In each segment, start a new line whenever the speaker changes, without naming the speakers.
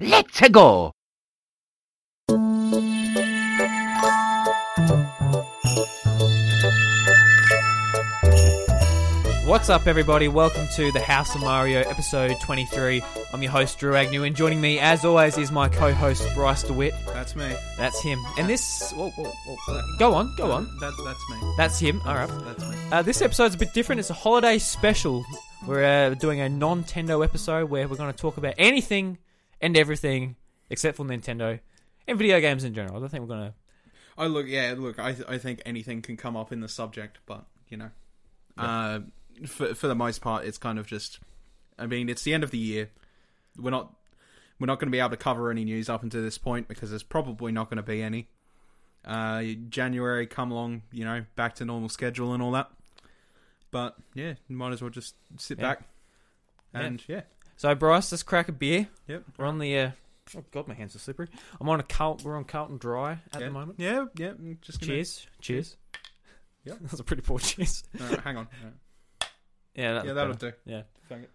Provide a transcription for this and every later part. Let's go!
What's up, everybody? Welcome to the House of Mario, episode 23. I'm your host, Drew Agnew, and joining me, as always, is my co host, Bryce DeWitt.
That's me.
That's him. And this. Whoa, whoa, whoa. uh, Go on, go on.
That, that's me.
That's him. All right.
That's me.
Uh, this episode's a bit different. It's a holiday special. We're uh, doing a non-Tendo episode where we're going to talk about anything and everything except for Nintendo and video games in general. I don't think we're going to.
Oh look, yeah, look. I I think anything can come up in the subject, but you know, uh, for for the most part, it's kind of just. I mean, it's the end of the year. We're not we're not going to be able to cover any news up until this point because there's probably not going to be any. Uh, January come along, you know, back to normal schedule and all that. But yeah, might as well just sit
Yeah.
back. And yeah,
So, Bryce, let's crack a beer.
yep.
We're on the. Uh... Oh God, my hands are slippery. I'm on a Carl. We're on Carlton Dry at
yeah.
the moment.
Yeah, yeah. Just gonna-
Cheers. Cheers.
Yep.
That's a pretty poor cheers.
Alright, hang on. Alright.
Yeah. That
Yeah,
was
that'll
better.
do.
Yeah.
Fuck it.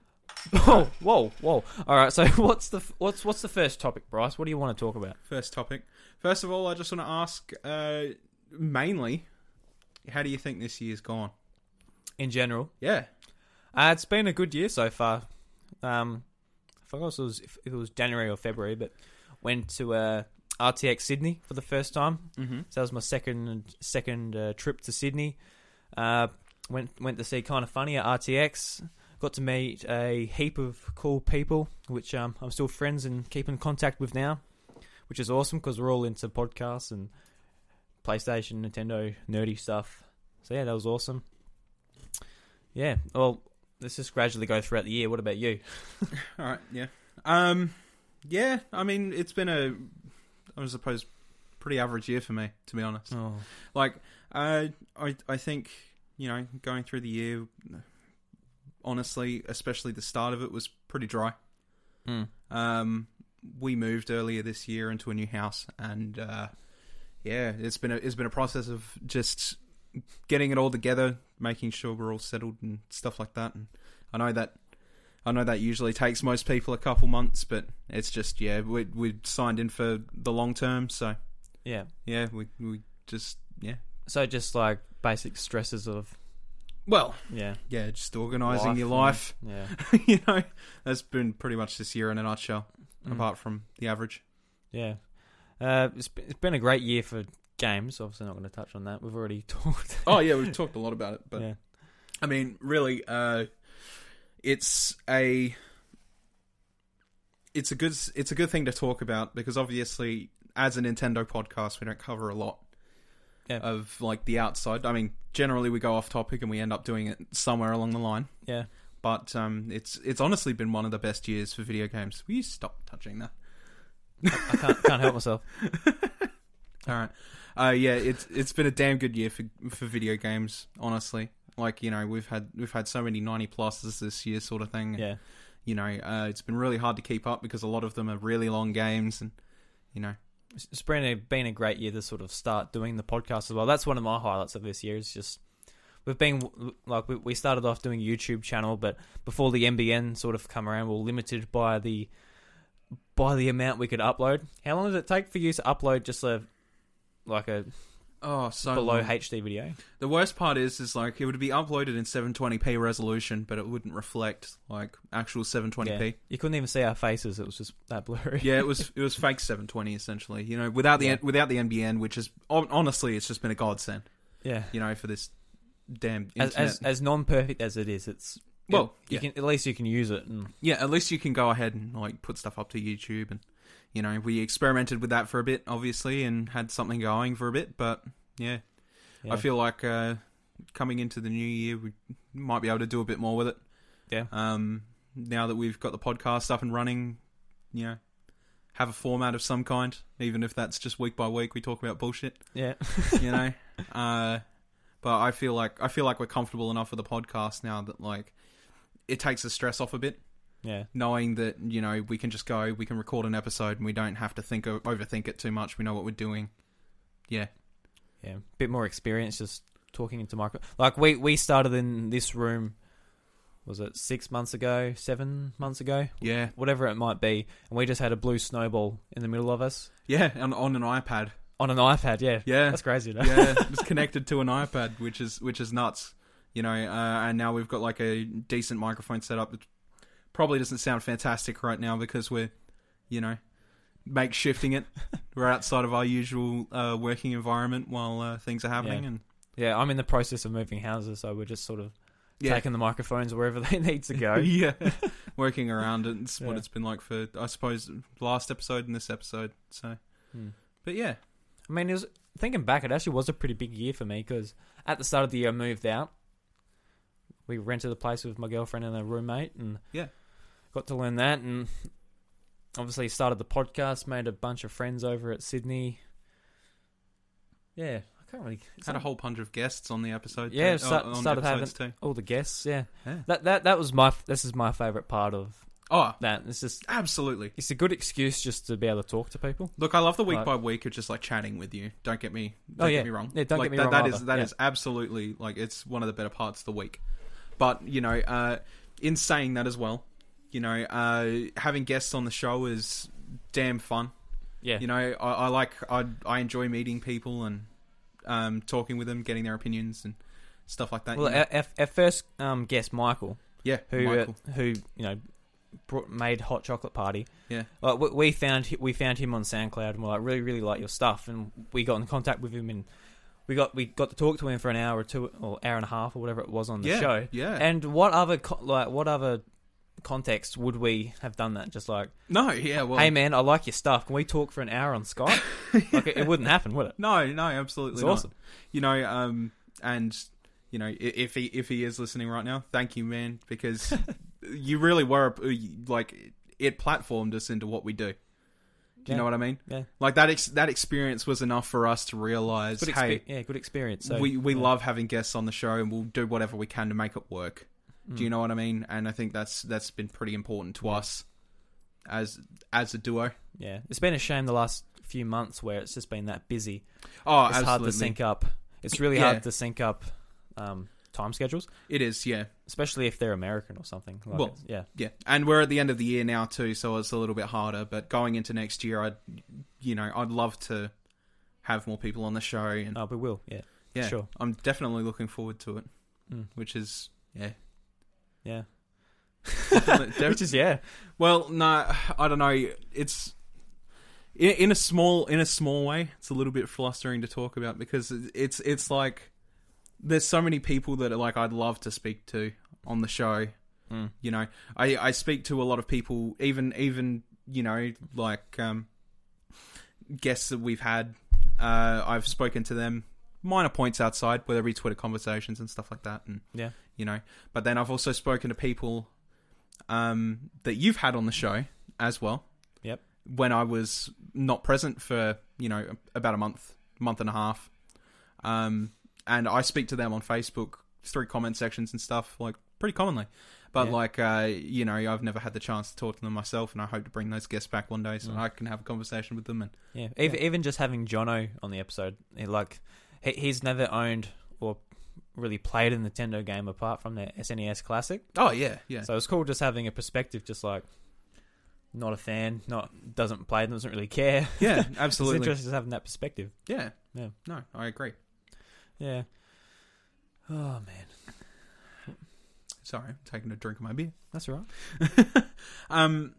Oh, whoa, whoa. All right. So, what's the f- what's what's the first topic, Bryce? What do you want to talk about?
first topic. First of all, I just want to ask uh, mainly, how do you think this year's gone?
In general,
Yeah.
Uh, it's been a good year so far. Um, I forgot if it was, if it was January or February, but went to uh, RTX Sydney for the first time.
Mm-hmm.
So that was my second second uh, trip to Sydney. Uh, went went to see kind of funny at RTX. Got to meet a heap of cool people, which um, I'm still friends and keep in contact with now, which is awesome because we're all into podcasts and PlayStation, Nintendo, nerdy stuff. So yeah, that was awesome. Yeah, well, let's just gradually go throughout the year. What about you?
All right. Yeah. Um. Yeah. I mean, it's been a, I suppose, pretty average year for me, to be honest.
Oh,
Like, uh, I I think you know going through the year, honestly, especially the start of it was pretty dry.
mm.
Um, we moved earlier this year into a new house, and uh, yeah, it's been a it's been a process of just getting it all together, making sure we're all settled and stuff like that. And I know that I know that usually takes most people a couple months, but it's just yeah, we we signed in for the long term, so
yeah.
yeah, we we just yeah.
So just like basic stresses of
Well,
yeah,
yeah, just organizing your
Life
life,
yeah.
you know. That's been pretty much this year in a nutshell,
Mm.
apart from the average.
Yeah. Uh, it's, be- it's been a great year for games. Obviously, not going to touch on that. We've already talked.
Oh yeah, we've talked a lot about it,
yeah.
I mean, really, uh, it's a it's a good it's a good thing to talk about because obviously, as a Nintendo podcast, we don't cover a lot
Yeah.
of like the outside. I mean, generally we go off topic and we end up doing it somewhere along the line.
Yeah.
But um, it's it's honestly been one of the best years for video games. Will you stop touching that?
I can't, can't help myself.
All right. Uh, yeah, it's it's been a damn good year for for video games. Honestly, like you know, we've had we've had so many ninety pluses this year, sort of thing.
Yeah.
you know, uh, it's been really hard to keep up because a lot of them are really long games, and you know,
It's it's been a, been a great year to sort of start doing the podcast as well. That's one of my highlights of this year. Is just we've been like we, we started off doing YouTube channel, but before the MBN sort of come around, we we're limited by the by the amount we could upload. How long does it take for you to upload just a like a
oh, so
below
long.
HD video?
The worst part is, is like it would be uploaded in 720p resolution, but it wouldn't reflect like actual 720p.
You couldn't even see our faces. It was just that blurry.
Yeah, it was it was fake 720 essentially. You know, without the
Yeah.
without the NBN, which is hon- honestly, it's just been a godsend.
yeah.
You know, for this damn
as
internet.
as, as non perfect as it is, it's
well,
you
yeah.
can at least you can use it. And,
yeah, at least you can go ahead and like put stuff up to YouTube, and you know, we experimented with that for a bit, obviously, and had something going for a bit, but yeah.
yeah.
I feel like uh, coming into the new year, we might be able to do a bit more with it.
Yeah.
Um, now that we've got the podcast up and running, you know, have a format of some kind, even if that's just week by week, we talk about bullshit.
yeah,
You know. uh, but I feel like I feel like we're comfortable enough with the podcast now that like it takes the stress off a bit,
yeah,
knowing that you know we can just go, we can record an episode, and we don't have to think o- overthink it too much. We know what we're doing. Yeah.
yeah. Bit more experience just talking into micro. Like we we started in this room was it six months ago, seven months ago,
Yeah,
whatever it might be, and we just had a blue snowball in the middle of us
yeah, on, on an iPad.
on an iPad. Yeah,
Yeah,
that's crazy. You know?
yeah, it was connected to an iPad, which is which is nuts. You know, uh, and now we've got like a decent microphone set up. It probably doesn't sound fantastic right now because we're, you know, makeshifting it. we're outside of our usual uh, working environment while uh, things are happening,
Yeah.
and
Yeah, I'm in the process of moving houses, so we're just sort of taking the microphones wherever they need to go.
yeah, working around it. It's what
Yeah.
it's been like for, I suppose, last episode and this episode. So,
Hmm.
but yeah,
I mean, it was thinking back, it actually was a pretty big year for me because at the start of the year, I moved out. We rented a place with my girlfriend and a roommate, and
Yeah.
got to learn that, and obviously started the podcast, made a bunch of friends over at Sydney. Yeah, I can't really
had a whole bunch of guests on the episode.
Yeah,
too- uh,
start-
on
started having-
episodes too.
all the guests. Yeah,
Yeah.
that that that was my f- this is my favorite part of
Oh,
that. It's just
absolutely.
it's a good excuse just to be able to talk to people.
Look, I love the week
Like-
by week of just like chatting with you. Don't get me.
Oh,
Don't
yeah.
get me wrong.
Yeah, don't
like,
get me
that,
wrong
That is
either.
that
Yeah.
is absolutely like it's one of the better parts of the week. But you know, uh, in saying that as well, you know, uh, having guests on the show is damn fun.
Yeah,
You know, I, I like I I enjoy meeting people and um, talking with them, getting their opinions and stuff like that.
well,
you know.
our, our, our first um, guest, Michael,
yeah,
who
Michael.
Uh, who you know brought, made hot chocolate party.
Yeah.
Well, we, we found hi- we found him on SoundCloud, and we're like, really, really like your stuff, and we got in contact with him, and we got we got to talk to him for an hour or two, or hour and a half, or whatever it was on the
yeah,
show.
Yeah,
And what other co- like what other context would we have done that? Just like,
no, yeah, well,
hey man, I like your stuff. Can we talk for an hour on Skype? like it, it wouldn't happen, would it?
no, no, absolutely,
It's
not.
awesome.
you know um and you know i- if he if he is listening right now thank you man because you really were a- uh, like it platformed us into what we do do you
Yeah.
know what i mean
Yeah.
like that ex- that experience was enough for us to realize
Good expe-
hey
yeah, good experience. So
we we
yeah.
love having guests on the show and we'll do whatever we can to make it work
Mm.
do you know what i mean and i think that's that's been pretty important to us as as a duo
Yeah, it's been a shame the last few months where it's just been that busy.
oh
it's
absolutely
hard to sync up. It's really
Yeah.
hard to sync up um, time schedules,
it is yeah
especially if they're American or something. Like
Well,
it's- yeah,
Yeah, and we're at the end of the year now too, so it's a little bit harder. But going into next year, I'd you know I'd love to have more people on the show, and
oh, we will. Yeah,
yeah,
sure.
I'm definitely looking forward to it,
Mm.
which is yeah.
yeah.
Definitely-
Which is yeah,
well, no, I don't know. It's in, in a small in a small way, it's a little bit flustering to talk about because it's it's like there's so many people that are like I'd love to speak to on the show,
Mm.
you know i i speak to a lot of people even even you know like um guests that we've had uh i've spoken to them minor points outside whether it be twitter conversations and stuff like that and
Yeah.
you know but then i've also spoken to people um that you've had on the show as well
Yep.
when i was not present for you know about a month month and a half um and i speak to them on facebook through comment sections and stuff like pretty commonly but
Yeah.
like, uh, you know, I've never had the chance to talk to them myself, and I hope to bring those guests back one day so
Mm.
I can have a conversation with them. And
yeah. Even even just having Jono on the episode, he, like he, he's never owned or really played a Nintendo game apart from the SNES Classic,
oh yeah, yeah,
so it's cool just having a perspective, just like. Not a fan, not doesn't play, them, doesn't really care.
yeah,
It's
absolutely,
interesting just having that perspective.
yeah,
Yeah.
No, I agree.
Yeah. Oh man,
Sorry, I'm taking a drink of my beer.
that's all right.
Um,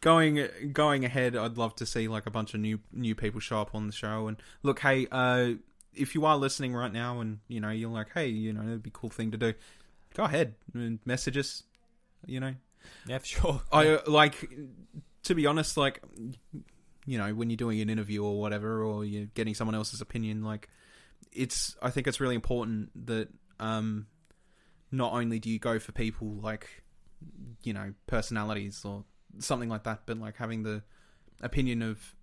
going going ahead, I'd love to see like a bunch of new new people show up on the show. And look, hey, uh, if you are listening right now, and you know you're like, hey, you know, it'd be a cool thing to do. Go ahead and message us. You know,
Yeah, for sure.
I uh, like to be honest, like you know, when you're doing an interview or whatever, or you're getting someone else's opinion, like it's. I think it's really important that um, not only do you go for people like you know personalities or something like that, but like having the opinion of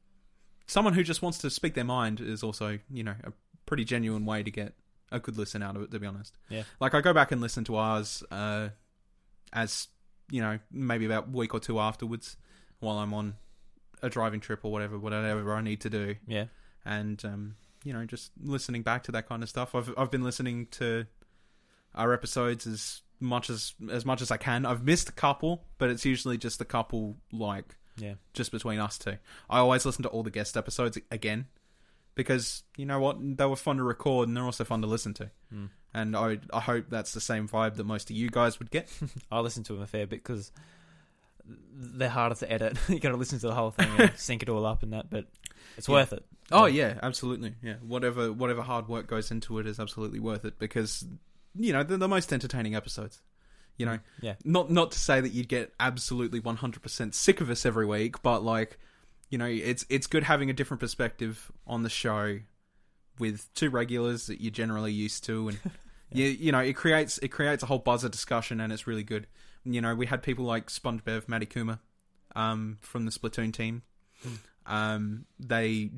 someone who just wants to speak their mind is also you know a pretty genuine way to get a good listen out of it. To be honest,
Yeah.
Like I go back and listen to ours uh, as you know, maybe about a week or two afterwards while I'm on a driving trip or whatever, whatever I need to do.
yeah.
And, um, you know, just listening back to that kind of stuff. I've, I've been listening to, our episodes as much as as much as I can. I've missed a couple, but it's usually just a couple like
Yeah.
just between us two. I always listen to all the guest episodes again because you know what they were fun to record and they're also fun to listen to.
Mm.
And I I hope that's the same vibe that most of you guys would get.
I listen to them a fair bit because they're harder to edit. you got to listen to the whole thing and sync it all up and that, but it's
Yeah.
worth it.
Oh yeah, absolutely. Yeah, whatever whatever hard work goes into it is absolutely worth it because you know they're the most entertaining episodes. You know,
Yeah.
Not not to say that you'd get absolutely one hundred percent sick of us every week, but like, you know, it's it's good having a different perspective on the show with two regulars that you're generally used to, and you you know it creates it creates a whole buzz of discussion, and it's really good. You know, we had people like SpongeBev, Matty Kuma, um, from the Splatoon team. Um, they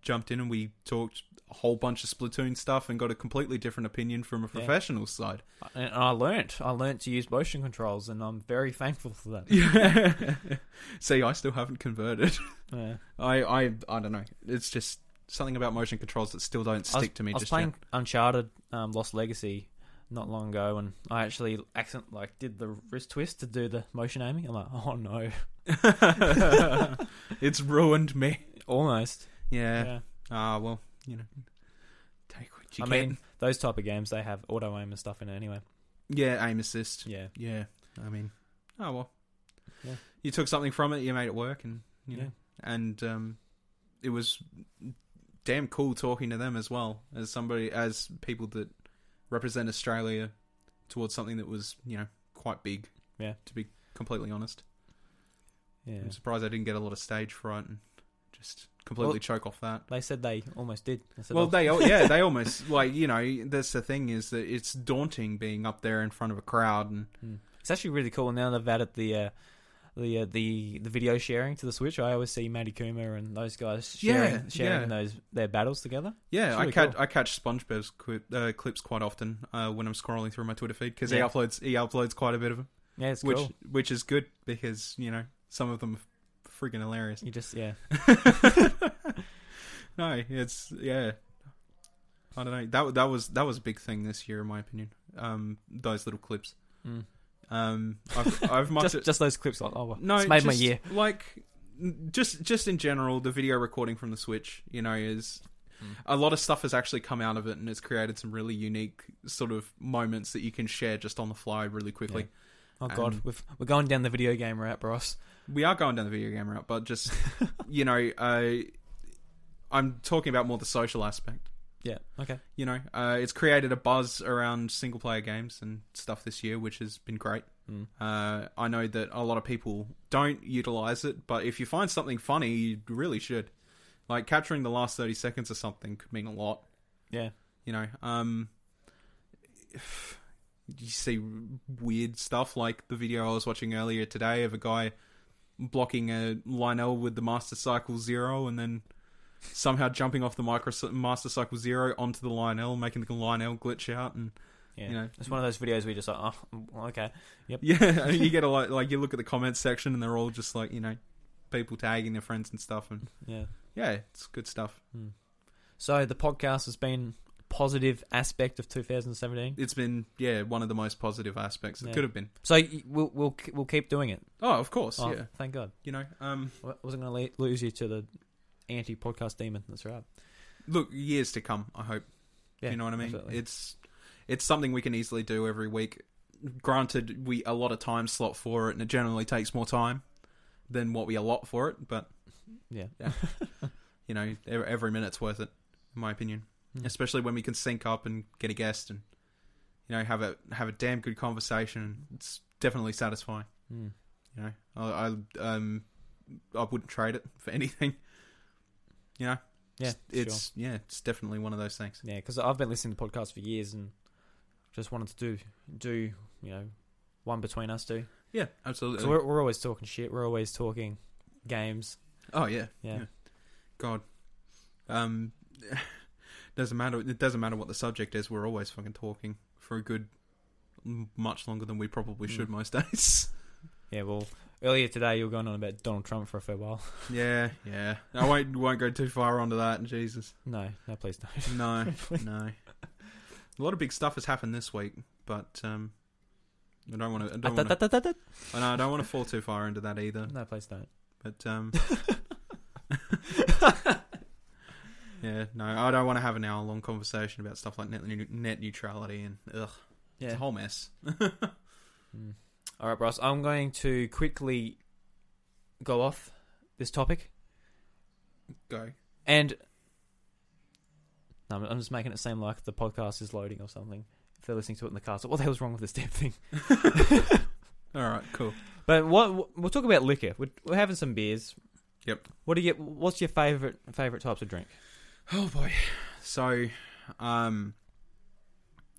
jumped in and we talked a whole bunch of Splatoon stuff and got a completely different opinion from a professional side.
And I learnt. I learnt to use motion controls, and I'm very thankful for that.
Yeah. See, I still haven't converted.
Yeah.
I, I, I don't know. It's just something about motion controls that still don't stick to me.
I was
just
playing
yet.
Uncharted um, Lost Legacy not long ago, and I actually accent like did the wrist twist to do the motion aiming. I'm like, oh no,
it's ruined me.
almost.
Yeah.
Yeah.
Ah, well, you know, take what you
I
can.
mean, those type of games they have auto aim and stuff in it anyway.
yeah, aim assist.
Yeah,
Yeah, I mean, oh well.
Yeah.
You took something from it, you made it work, and you know,
Yeah.
and um, it was damn cool talking to them as well as somebody as people that represent Australia towards something that was you know quite big.
Yeah.
to be completely honest,
yeah.
I'm surprised I didn't get a lot of stage fright and just completely
Well-
choke off that.
They said they almost did. I said,
Well,
"Oh,
they al- yeah, they almost like you know that's the thing is that it's daunting being up there in front of a crowd and
It's actually really cool. Now they've added the uh, the uh, the the video sharing to the Switch. I always see Matty Kuma and those guys sharing
Yeah,
sharing
yeah.
those their battles together.
Yeah,
It's
I
really
catch
cool.
I catch SpongeBob's qui- uh, clips quite often uh, when I'm scrolling through my Twitter feed because he
Yeah.
uploads he uploads quite a bit of them,
Yeah, it's
which
cool.
which is good because you know some of them are freaking hilarious.
You just yeah,
no, it's yeah. I don't know. That wa- that was that was a big thing this year, in my opinion. Um, those little clips.
Mm.
Um, I've, I've much
just just those clips. Like, oh, well,
no,
it's made my
just,
year.
Like, n- just just in general, the video recording from the Switch, you know, is
Mm.
a lot of stuff has actually come out of it, and it's created some really unique sort of moments that you can share just on the fly really quickly.
Oh god,
Um,
we've, we're going down the video game route, bros.
We are going down the video game route, but just you know, uh, I'm talking about more the social aspect.
Yeah. Okay.
You know, uh, it's created a buzz around single player games and stuff this year, which has been great.
Mm.
Uh, I know that a lot of people don't utilize it, but if you find something funny, you really should. Like capturing the last thirty seconds or something could mean a lot.
Yeah.
You know, um, you see weird stuff like the video I was watching earlier today of a guy blocking a Lionel with the Master Cycle Zero, and then somehow jumping off the micro Master Cycle Zero onto the Lionel, making the Lionel glitch out, and
Yeah.
You know.
it's one of those videos we just like, oh, mm, okay.
Yeah, you get a lot. Like you look at the comments section, and they're all just like you know, people tagging their friends and stuff, and
Yeah.
yeah, it's good stuff.
So the podcast has been positive aspect of 2017.
It's been yeah one of the most positive aspects it
Yeah.
could have been.
So y- we'll we'll we'll keep doing it.
Oh, of course,
Oh,
yeah.
Thank God.
You know, um,
I wasn't going to lose you to the anti-podcast demon. That's right.
look, years to come. I hope
Yeah,
you know what I mean.
absolutely.
It's it's something we can easily do every week. Granted, we a lot of time slot for it, and it generally takes more time than what we allot for it. But
Yeah.
you know, every, every minute's worth it, in my opinion.
Mm.
Especially when we can sync up and get a guest and you know have a have a damn good conversation. It's definitely satisfying.
Mm.
You know, I, I um I wouldn't trade it for anything. You know,
Yeah.
it's, it's yeah, it's definitely one of those things.
Yeah, because I've been listening to podcasts for years and just wanted to do do you know one between us two.
Yeah, absolutely.
So we're we're always talking shit. We're always talking games.
oh yeah,
Yeah.
Yeah. God, um, doesn't matter. It doesn't matter what the subject is. We're always fucking talking for a good, m- much longer than we probably should
Mm.
most days.
Yeah. Well, earlier today you were going on about Donald Trump for a fair while.
Yeah, yeah. I won't won't go too far onto that. Jesus,
No, no, please don't.
no, no. A lot of big stuff has happened this week, but um, I don't want to. I
Ah,
don't
da-
want
da-
to.
da- da- da.
I don't want to fall too far into that either.
No, please don't.
But um, yeah, no, I don't want to have an hour-long conversation about stuff like net, net neutrality and ugh, it's
Yeah.
a whole mess.
Mm. All right, Bryce. I'm going to quickly go off this topic,
Go.
and no, I'm- I'm just making it seem like the podcast is loading or something. If they're listening to it in the car, so what the hell's wrong with this damn thing?
All right, cool.
But what we'll talk about liquor. We're, we're having some beers.
Yep.
What do you? What's your favorite favorite types of drink?
Oh boy. So, um,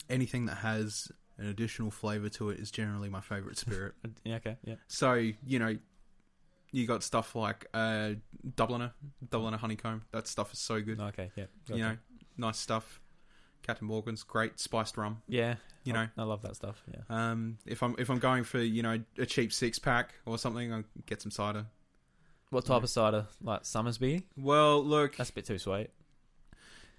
anything that has an additional flavour to it is generally my favourite spirit.
Uh, Yeah, okay. Yeah.
so you know, you got stuff like uh, Dubliner, Dubliner honeycomb. That stuff is so good.
No, okay. Yeah.
you know,
gotcha.
nice stuff. Captain Morgan's great spiced rum.
Yeah.
You
I-
know,
I love that stuff. Yeah.
um, if I'm if I'm going for you know a cheap six pack or something, I'll get some cider.
What type of cider? Like Summersby?
Well, look,
That's a bit too sweet.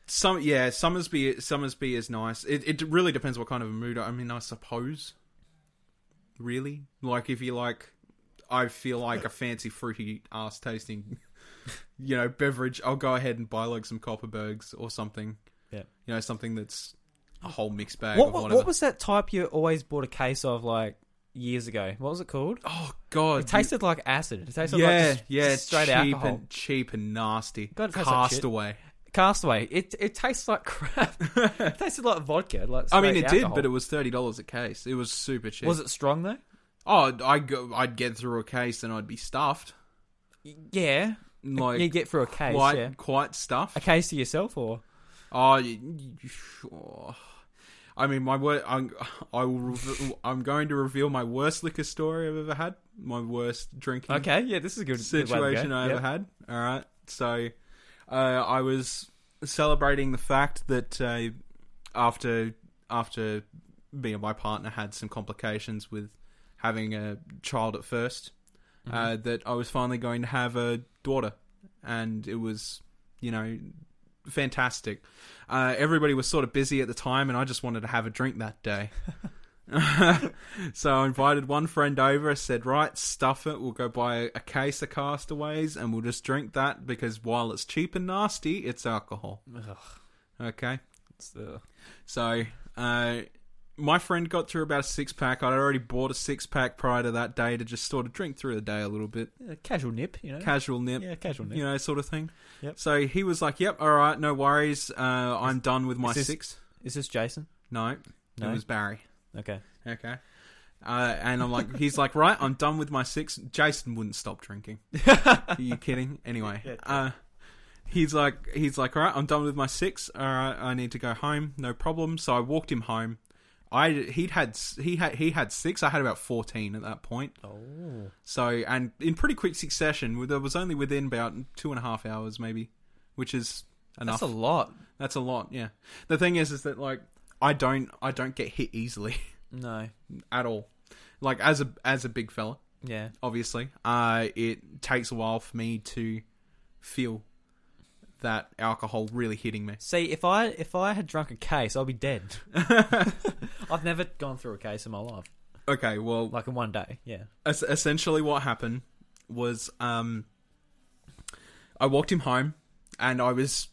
some yeah, Summersby Summersby is nice. It it really depends what kind of a mood. I mean, I suppose, really, like if you like, I feel like a fancy fruity ass tasting, you know, beverage. I'll go ahead and buy like some Copperbergs or something.
Yeah.
you know, something that's a whole mixed bag.
What,
of
what,
whatever.
what was that type you always bought a case of like years ago? What was it called?
Oh God!
It tasted like acid. It tasted
yeah,
like just,
yeah,
just straight
cheap
alcohol.
and cheap and nasty.
God, it tastes like shit.
Castaway.
Castaway. It it tastes like crap. it tasted like vodka. Like
I mean,
straight
it
alcohol.
did, but it was thirty dollars a case. It was super cheap.
was it strong though.
Oh, I'd go, I'd get through a case and I'd be stuffed,
Y- Yeah,
like
you get through a case.
quite
yeah,
quite stuffed.
a case to yourself or
Oh, you, you- oh. I mean, my wor I'm, I will. Rev- I'm going to reveal my worst liquor story I've ever had. My worst drinking.
okay. Yeah, this is a good good way to go.
situation I ever
Yep.
had. All right, so uh, I was celebrating the fact that uh, after after me and my partner had some complications with having a child at 1st
Mm-hmm.
uh, that I was finally going to have a daughter, and it was you know fantastic. Uh, everybody was sort of busy at the time, and I just wanted to have a drink that day. so I invited one friend over. I said, "Right, stuff it. We'll go buy a case of Castaways, and we'll just drink that because while it's cheap and nasty, it's alcohol."
Ugh,
Okay.
it's, uh,
So uh, my friend got through about a six pack. I'd already bought a six pack prior to that day to just sort of drink through the day a little bit,
yeah, casual nip, you know.
casual nip
yeah, casual nip.
you know, sort of thing.
Yep.
So he was like, "Yep, all right, no worries. Uh, I'm done with my
is this-
six.
Is this Jason?
No,
No.
it was Barry.
Okay.
Okay. Uh, and I'm like, he's like, right, I'm done with my six. Jason wouldn't stop drinking. Are you kidding? Anyway,
Yeah.
uh, he's like, he's like, all right, I'm done with my six. All right, I need to go home. No problem. So I walked him home. I he'd had s- he had he had six. I had about fourteen at that point.
Oh.
So, and in pretty quick succession, there was only within about two and a half hours, maybe, which is enough.
That's a lot.
That's a lot. Yeah. The thing is, is that like I don't, I don't get hit easily
No.
at all. Like as a as a big fella,
Yeah.
obviously, uh, it takes a while for me to feel that alcohol really hitting me.
See, if I if I had drunk a case, I'd be dead. I've never gone through a case in my life,
Okay, well,
like in one day. Yeah.
es- essentially what happened was um I walked him home and I was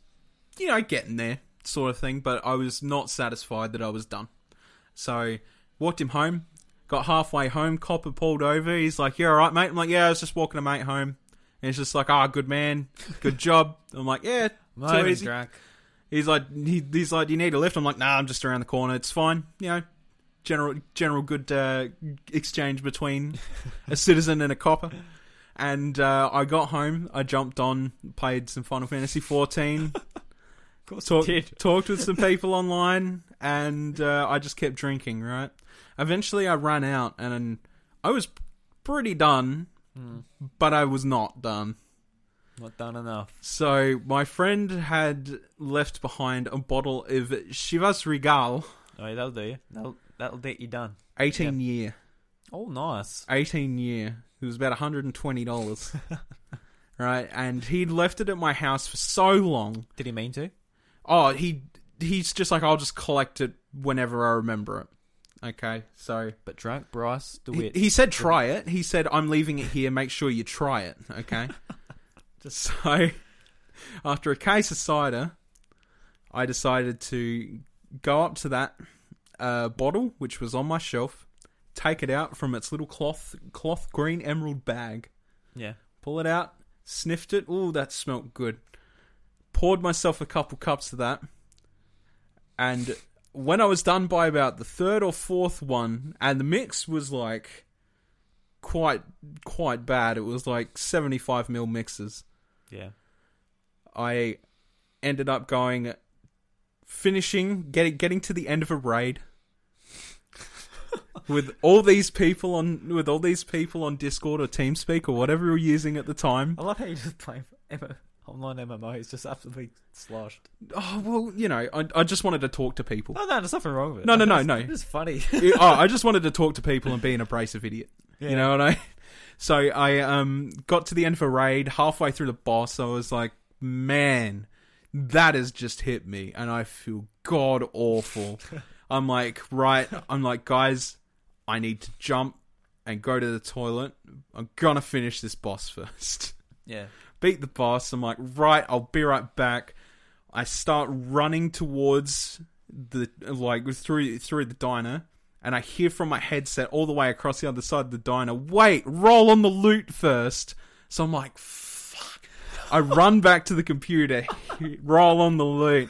you know getting there sort of thing but I was not satisfied that I was done so walked him home got halfway home copper pulled over he's like you all right mate I'm like yeah I was just walking a mate home and he's just like ah good man good job I'm like yeah
I'm not
too
even
easy
drunk.
He's like, he, he's like, you need a lift. I'm like, nah, I'm just around the corner. It's fine. You know, general, general good uh, exchange between a citizen and a copper. And uh, I got home. I jumped on, played some Final Fantasy 14,
Of course,
talk, talked with some people online, and uh, I just kept drinking. Right. Eventually, I ran out, and I was pretty done,
Hmm.
but I was not done.
Not done enough.
So my friend had left behind a bottle of Chivas Regal,
Oh, yeah, that'll do you. That'll that'll get you done.
eighteen year,
Oh, nice.
eighteen year. It was about one hundred and twenty dollars, right? And he'd left it at my house for so long.
Did he mean to?
Oh, he he's just like I'll just collect it whenever I remember it. Okay, so
But drunk Bryce
he,
DeWitt.
he said try it. He said I'm leaving it here. Make sure you try it. Okay. so after a case of cider, I decided to go up to that uh, bottle which was on my shelf, take it out from its little cloth cloth green emerald bag,
yeah.
pull it out, sniffed it. Ooh, that smelt good. Poured myself a couple cups of that. And when I was done by about the third or fourth one, and the mix was like quite quite bad. It was like 75 mil mixes.
Yeah.
I ended up going finishing getting getting to the end of a raid with all these people on with all these people on Discord or TeamSpeak or whatever you're using at the time.
I love how you just play M- online MMOs just absolutely sloshed.
Oh well, you know, I, I just wanted to talk to people.
No, no, there's nothing wrong with it.
No, no, no,
It's-
no.
It's funny.
It- oh, I just wanted to talk to people and be an abrasive idiot.
Yeah.
You know what I? So I um got to the end of a raid halfway through the boss. I was like, man, that has just hit me, and I feel god awful. I'm like, right. I'm like, guys, I need to jump and go to the toilet. I'm gonna finish this boss first.
Yeah.
beat the boss. I'm like, right, I'll be right back. I start running towards the like through through the diner, and I hear from my headset all the way across the other side of the diner. Wait, roll on the loot first. So I'm like, fuck. I run back to the computer, roll on the loot,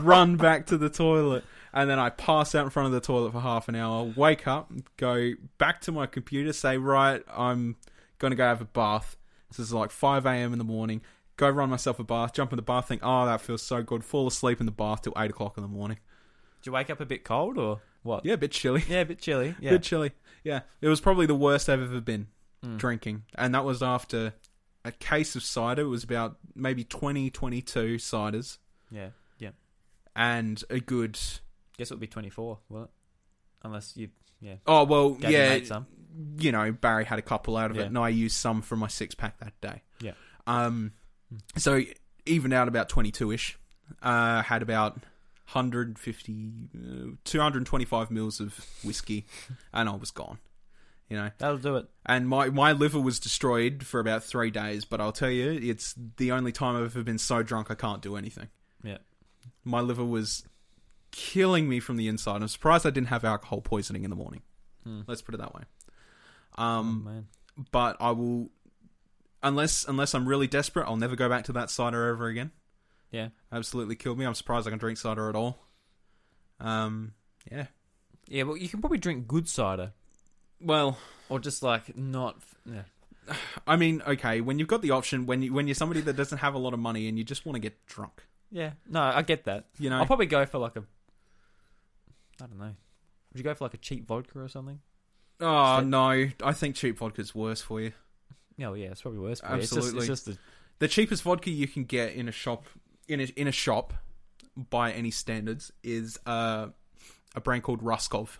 run back to the toilet. And then I pass out in front of the toilet for half an hour. Wake up, go back to my computer, say, "Right, I'm gonna go have a bath." So it's like 5 a.m. in the morning. Go run myself a bath, jump in the bath, think, oh, that feels so good. Fall asleep in the bath till 8 o'clock in the morning.
Did you wake up a bit cold or what?
Yeah, a bit chilly.
Yeah, a bit chilly. Yeah.
Bit chilly. Yeah. It was probably the worst I've ever been drinking. And that was after a case of cider. It was about maybe 20, 22 ciders
Yeah. Yeah.
and a good.
Guess it'll be 24, will it? Unless you
Oh, well,
gave your
yeah.
mate some.
you know, Barry had a couple out of
Yeah.
it, and I used some from my six pack that day.
Yeah.
Um, so even out about twenty two ish, uh, had about 150, uh, 225 mils of whiskey, and I was gone. You know,
That'll do it.
and my my liver was destroyed for about three days. But I'll tell you, it's the only time I've ever been so drunk I can't do anything.
Yeah.
My liver was killing me from the inside. I'm surprised I didn't have alcohol poisoning in the morning.
Hmm.
Let's put it that way.
Oh,
Um,
man.
but I will unless unless I'm really desperate, I'll never go back to that cider ever again.
Yeah.
Absolutely killed me. I'm surprised I can drink cider at all. Um yeah.
Yeah, well, you can probably drink good cider
Well,
or just like not. Yeah.
I mean, okay, when you've got the option when you when you're somebody that doesn't have a lot of money and you just want to get drunk,
Yeah. No, I get that.
you know.
I'll probably go for like a. I don't know. Would you go for like a cheap vodka or something?
oh no, I think cheap vodka's worse for you.
No, Oh, yeah, it's probably worse. For You.
Absolutely.
It's just, it's just
The cheapest vodka you can get in a shop in a, in a shop by any standards is uh, a brand called Ruskov.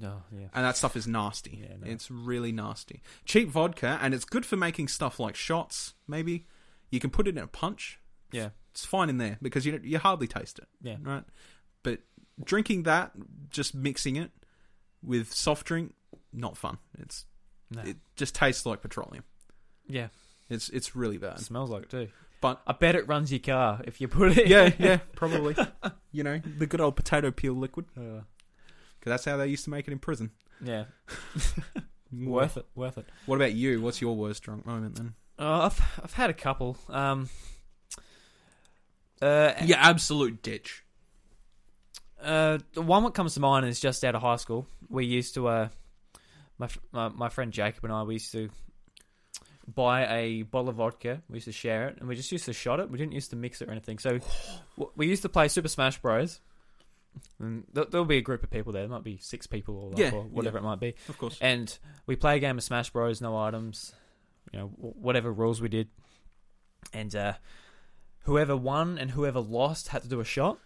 a. Oh, yeah.
and that stuff is nasty.
Yeah, no.
It's really nasty. Cheap vodka, and it's good for making stuff like shots. Maybe you can put it in a punch.
Yeah.
It's fine in there because you don't- you hardly taste it,
Yeah.
right? But drinking that, just mixing it with soft drink, not fun. It's
No.
it just tastes like petroleum.
yeah.
It's it's really
It
bad.
smells like it too.
But-
I bet it runs your car if you put it.
yeah, yeah, probably. you know the good old potato peel liquid
Uh,
because that's how they used to make it in prison.
yeah. worth it. Worth it.
What about you? What's your worst drunk moment then?
Uh, I've I've had a couple. Um. Uh,
Your absolute ditch.
Uh, the one that comes to mind is just out of high school. We used to, uh, my f- my, my friend Jacob and I, we used to buy a bottle of vodka. We used to share it, and we just used to shot it. We didn't used to mix it or anything. So w- we used to play Super Smash Bros. And th- there'll be a group of people there. There might be six people or, like,
Yeah,
or whatever it might be.
Of course.
And we play a game of Smash Bros. No items, you know, wh- whatever rules we did. And uh, whoever won and whoever lost had to do a shot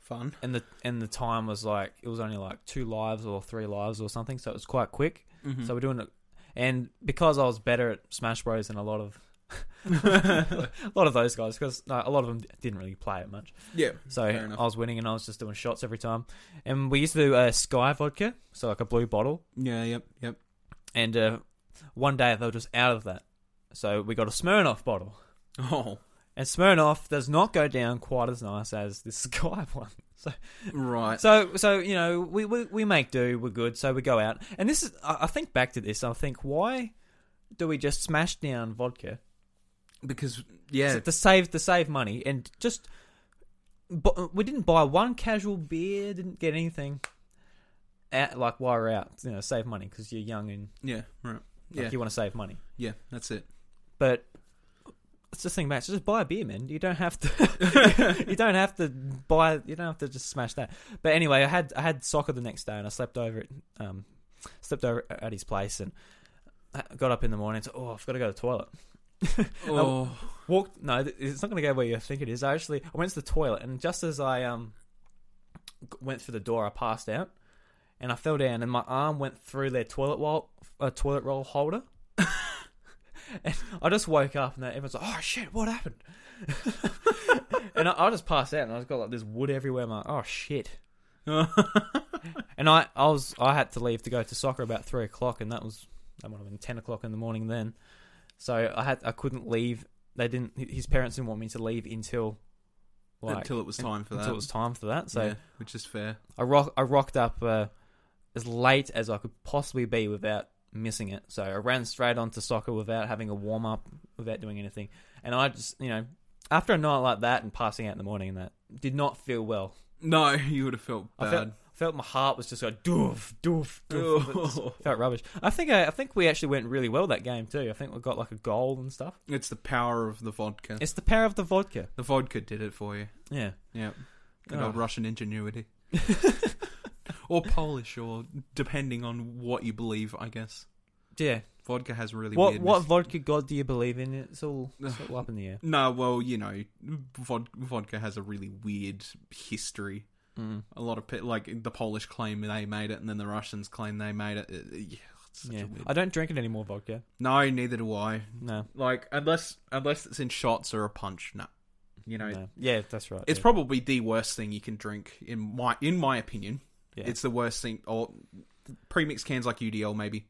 Fun.
and the and the time was like it was only like two lives or three lives or something, so it Mm-hmm.
Hmm. Mm-hmm.
was quite quick. So we're doing it, and because I was better at Smash Bros than a lot of a lot of those guys, because no, a lot of them didn't really play it much.
Yeah.
So
Hmm, Fair enough.
I was winning, and I was just doing shots every time. And we used to do uh, Sky vodka, so like a blue bottle.
Yeah. Yep. Yep.
And uh, one day they were just out of that, so we got a Smirnoff bottle.
Oh.
And Smirnoff does not go down quite as nice as this Sky one.
Right.
So, so you know, we, we, we make do. We're good. So we go out, and this is. I, I think back to this. I think why do we just smash down vodka
Because yeah.
to, to save to save money and just. But we didn't buy one casual beer. Didn't get anything. At, like while we're out, you know, save money because you're young and
Yeah. Right.
like,
Yeah.
you want to save money.
Yeah. That's it.
But it's just think back. Just buy a beer, man. You don't have to. you don't have to buy. You don't have to just smash that. But anyway, I had I had soccer the next day, and I slept over at um, slept over at his place, and I got up in the morning. And said, oh, I've got to go to the toilet.
Oh.
Walked. No, th- it's not going to go where you think it is. I actually I went to the toilet, and just as I um g- went through the door, I passed out, and I fell down, and my arm went through their toilet wall, uh, toilet roll holder. and I just woke up, and then everyone's like, "Oh shit, what happened?" and I, I just passed out, and I just got like this wood everywhere. My oh shit. And I, I was I had to leave to go to soccer about three o'clock, and that was that might have been ten o'clock in the morning then. So I had I couldn't leave. They didn't. His parents didn't want me to leave until like
until it was time for that.
until it was time for that. So
Yeah, which is fair.
I rock I rocked up uh, as late as I could possibly be without missing it. So I ran straight onto soccer without having a warm up, without doing anything. And I just you know after a night like that and passing out in the morning, and that did not feel well.
No, you would have felt
I felt-
bad.
Felt my heart was just like doof doof doof.
Oh.
felt rubbish. I think uh, I, I think we actually went really well that game too. I think we got like a goal and stuff.
It's the power of the vodka.
It's the power of the vodka.
The vodka did it for you.
Yeah.
Yeah. Good
Oh.
old Russian ingenuity. or Polish, or depending on what you believe, I guess.
Yeah.
Vodka has really
what
weird.
what vodka god do you believe in? It's all, it's all up in the air.
No, well, you know, vod- vodka has a really weird history.
Mm.
A lot of pe- like the Polish claim they made it, and then the Russians claim they made it. It- it- yeah, it's such
Yeah.
a weird.
I don't drink it anymore, vodka.
No, neither do I.
No.
Like unless unless it's in shots or a punch. No, you know,
no. Yeah, that's right.
it's
yeah.
probably the worst thing you can drink in my in my opinion.
Yeah.
It's the worst thing, or premix cans like UDL maybe.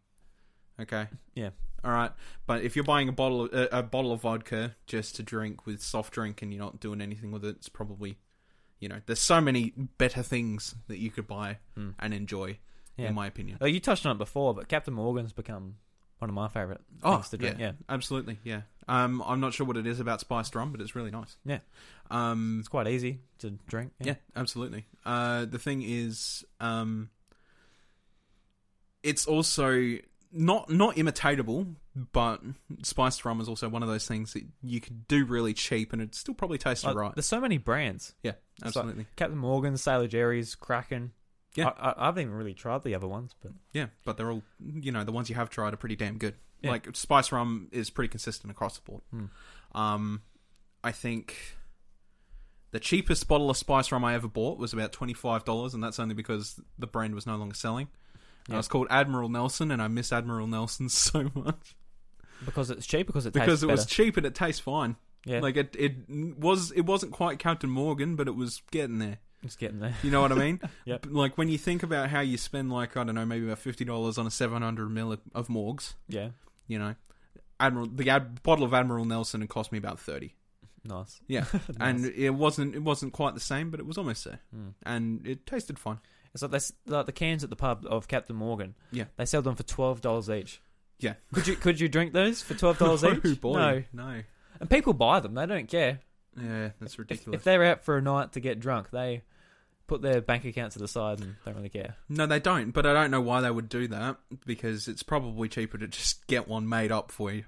Okay.
Yeah.
All right, but if you're buying a bottle a, a bottle of vodka just to drink with soft drink and you're not doing anything with it, it's probably, you know, there's so many better things that you could buy
Hmm.
and enjoy,
Yeah.
in my opinion.
Oh, you touched on it before, but Captain Morgan's become one of my favorite
Oh,
things to drink. Yeah.
Absolutely, yeah. Um, I'm not sure what it is about spiced rum, but it's really nice.
Yeah.
Um,
It's quite easy to drink.
Yeah, absolutely. Uh, the thing is, um, it's also not not imitatable, but spiced rum is also one of those things that you could do really cheap, and it still probably tastes
Like,
right.
There's so many brands.
Yeah, absolutely.
Captain Morgan, Sailor Jerry's, Kraken.
Yeah.
I, I, I haven't even really tried the other ones, but
yeah, but they're all you know the ones you have tried are pretty damn good.
Yeah.
Like spice rum is pretty consistent across the board.
Hmm.
Um, I think the cheapest bottle of spice rum I ever bought was about twenty five dollars, and that's only because the brand was no longer selling. And
Yeah.
it was called Admiral Nelson, and I miss Admiral Nelson so much
because it's cheap, because it
because
tastes
it
better.
was cheap and it tastes fine.
yeah,
Like it, it was it wasn't quite Captain Morgan, but it was getting there.
it's getting there.
You know what I mean?
Yep.
B- Like when you think about how you spend like I don't know maybe about fifty dollars on a seven hundred mil of- of Morgs,
Yeah,
you know, Admiral the ad, bottle of Admiral Nelson had cost me about thirty,
nice.
Yeah,
Nice.
and it wasn't it wasn't quite the same, but it was almost there,
Mm.
and it tasted fine.
it's like, this, like the cans at the pub of Captain Morgan.
Yeah.
they sell them for twelve dollars each.
Yeah.
could you could you drink those for twelve dollars
Oh,
each?
boy.
No,
no,
and people buy them. They don't care.
yeah, that's
If,
ridiculous.
if they're out for a night to get drunk, they put their bank account to the side and don't really care.
no, they don't. But I don't know why they would do that because it's probably cheaper to just get one made up for you.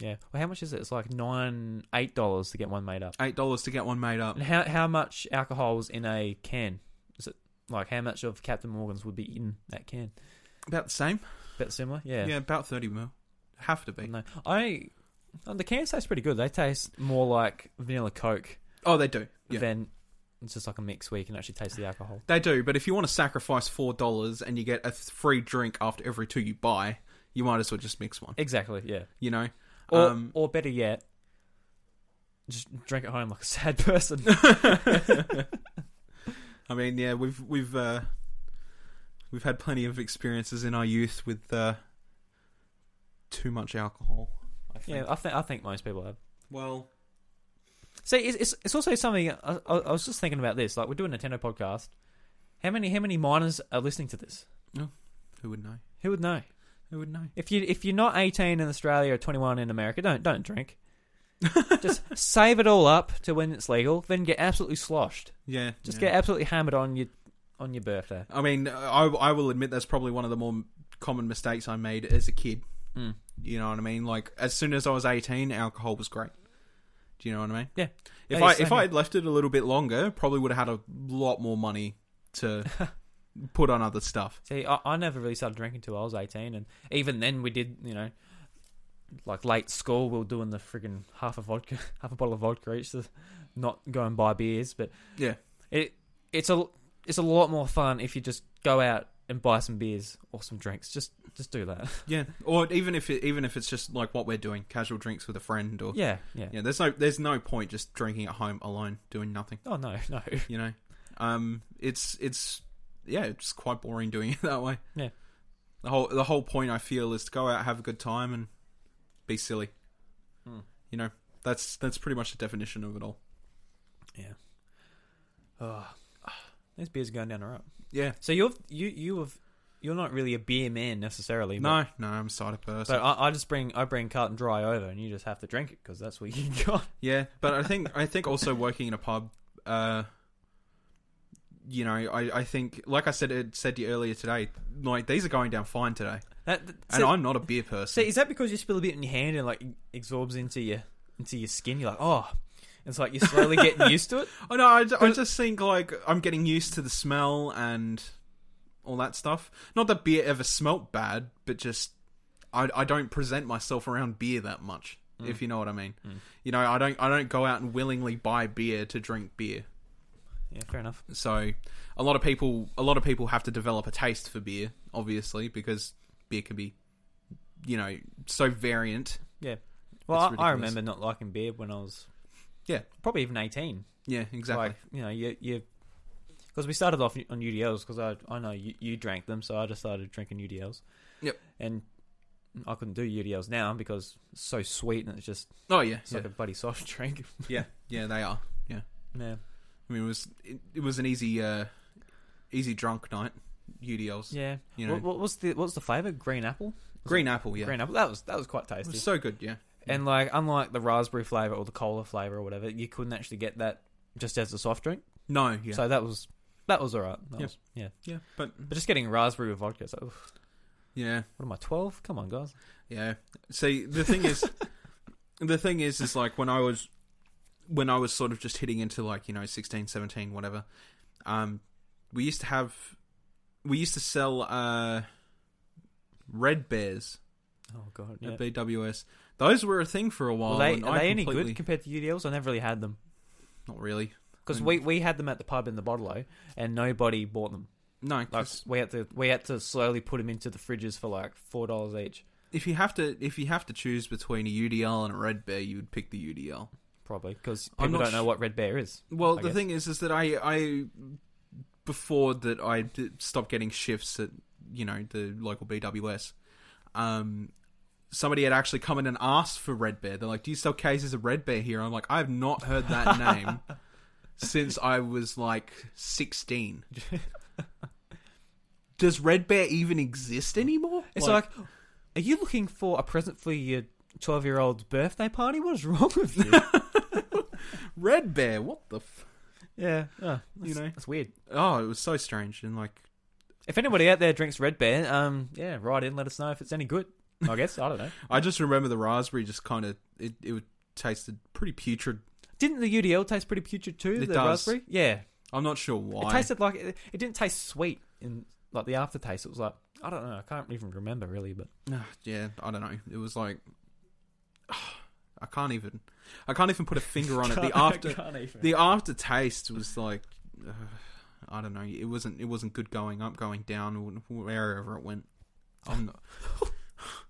Yeah. Well, how much is it? It's like nine, eight dollars to get one made up.
Eight dollars to get one made up.
And how how much alcohol was in a can? Is it like how much of Captain Morgan's would be in that can?
About the same.
Bit similar, yeah. Mm.
Yeah, about thirty mil. Have to be.
No, I oh, the cans taste pretty good. They taste more like vanilla Coke
Oh, they do. Yeah.
than it's just like a mix where you can actually taste the alcohol.
They do, but if you want to sacrifice four dollars and you get a th- free drink after every two you buy, you might as well just mix one.
Exactly, yeah.
You know,
Or
um,
or better yet, just drank at home like a sad person.
I mean, yeah, we've we've uh, we've had plenty of experiences in our youth with uh, too much alcohol. I think.
yeah, I think I think most people have.
Well,
See, it's it's, it's also something I, I, I was just thinking about this. Like we're doing a Nintendo podcast. How many how many minors are listening to this?
who would know?
Who would know?
Who would know?
If you if you're not 18 in Australia or 21 in America, don't don't drink. just save it all up to when it's legal, then get absolutely sloshed.
Yeah,
Just
yeah.
get absolutely hammered on your on your birthday.
I mean, I I will admit that's probably one of the more common mistakes I made as a kid.
Mm.
You know what I mean? Like as soon as I was eighteen, alcohol was great. Do you know what I mean?
Yeah.
If
Yeah,
I
same
if I
here.
had left it a little bit longer, probably would have had a lot more money to put on other stuff.
See, I, I never really started drinking till I was 18, and even then we did, you know, like late school, we were doing the friggin' half a vodka, half a bottle of vodka each, to not go and buy beers, but
Yeah.
it it's a it's a lot more fun if you just go out and buy some beers or some drinks. Just just do that.
Yeah. Or even if it, even if it's just like what we're doing, casual drinks with a friend or
Yeah, yeah.
yeah, there's no there's no point just drinking at home alone doing nothing.
Oh no, no.
you know um it's it's yeah it's quite boring doing it that way
Yeah.
the whole the whole point i feel is to go out have a good time and be silly
Hmm.
you know that's that's pretty much the definition of it all
Oh, these beers are going down the road.
yeah
So you've you you have you're not really a beer man necessarily. but-
no no i'm a cider person
So I, I just bring I bring carton dry over, and you just have to drink it because that's what you got.
yeah but i think i think also working in a pub uh you know, I, I think, like I said, it said to you earlier today, like these are going down fine today,
That,
and I'm not a beer
So
person.
is that because you spill a bit in your hand and like absorbs into your into your skin? You're like, oh, it's like you're slowly getting used to it.
Oh no, I, I just think like I'm getting used to the smell and all that stuff. Not that beer ever smelt bad, but just I I don't present myself around beer that much, if you know what I mean. You know, I don't I don't go out and willingly buy beer to drink beer.
Yeah, fair enough.
So a lot of people a lot of people have to develop a taste for beer, obviously, because beer can be you know so variant.
Yeah. Well,
It's
I, I
ridiculous.
remember not liking beer when I was
Yeah.
probably even eighteen.
Yeah, exactly.
Like you know you you because we started off on UDLs because I I know you, you drank them, so I just started drinking UDLs.
Yep.
And I couldn't do UDLs now because it's so sweet and it's just
oh yeah,
it's
yeah,
like a bloody soft drink.
yeah, yeah, they are. Yeah.
yeah.
I mean, it was it, it was an easy, uh, easy drunk night. UDLs,
Yeah.
you know,
What, what was the what was the flavor? Green apple.
green apple, yeah,
Green apple. That was that was quite
it
tasty.
was so good, yeah,
And like unlike the raspberry flavor or the cola flavor or whatever, you couldn't actually get that just as a soft drink.
no, yeah,
So that was that was alright.
Yeah.
Yeah. yeah.
yeah, but
But just getting raspberry with vodka. So oof,
yeah,
what am I? Twelve? Come on, guys.
yeah. See, the thing is, the thing is, is like when I was, when I was sort of just hitting into like you know 16, 17, whatever. Um, we used to have, we used to sell uh, red bears
Oh god. Yeah.
at BWS. Those were a thing for a while.
Were they,
Oh, and
are
I
they any
completely-
good compared to UDLs? I never really had them
Not really.
because
Mm.
we, we had them at the pub in the bottle and nobody bought them.
No,
Like
'cause-
we had to we had to slowly put them into the fridges for like four dollars each,
if you have to if you have to choose between a UDL and a red bear, you would pick the UDL.
probably because
I'm
people
not
don't know
su-
what red bear is.
Well,
I
the
guess.
thing is, is that I I before that I did stopped getting shifts at you know the local BWS. Um, somebody had actually come in and asked for red bear. They're like, "Do you sell cases of red bear here?" I'm like, "I have not heard that name since I was like 16." Does red bear even exist anymore?
It's like, are you looking for a present for your twelve year old's birthday party? What is wrong with you?
red bear. What the? F-
yeah,
Ah, You know.
that's weird.
oh, it was so strange and like
If anybody out there drinks Red Bear, um, yeah, write in. Let us know if it's any good. I guess I don't know.
I just remember the raspberry just kind of it, it would tasted pretty putrid.
Didn't the UDL taste pretty putrid too?
It
the
does.
raspberry, yeah,
I'm not sure why.
it tasted like it, it didn't taste sweet in like the aftertaste. It was like I don't know. I can't even remember really, but
Ah, yeah, I don't know. It was like I can't even I can't even put a finger on it. The after
can't even.
the aftertaste was like uh, I don't know. It wasn't it wasn't good going up, going down, wherever it went. I'm not,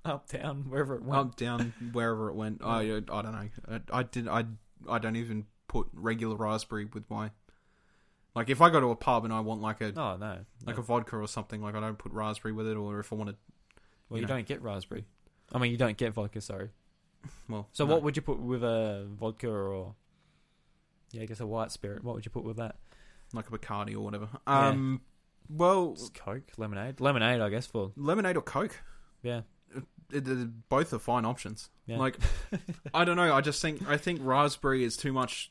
up down wherever it went.
Oh, up, down, wherever it went. I I don't know. I, I did I I don't even put regular raspberry with my. Like if I go to a pub and I want like a
Oh no,
like a
no.
vodka or something, like I don't put raspberry with it, or if I want to,
well,
you
you,
know.
don't get raspberry. I mean, you don't get vodka. Sorry.
well,
So
no.
what would you put with a vodka or? Yeah, I guess a white spirit. What would you put with that?
like a Bacardi or whatever.
Yeah.
Um, well,
Just Coke, lemonade, lemonade. I guess for
lemonade or Coke, Uh,
yeah,
it, it- both are fine options.
yeah.
Like, I don't know. I just think I think raspberry is too much.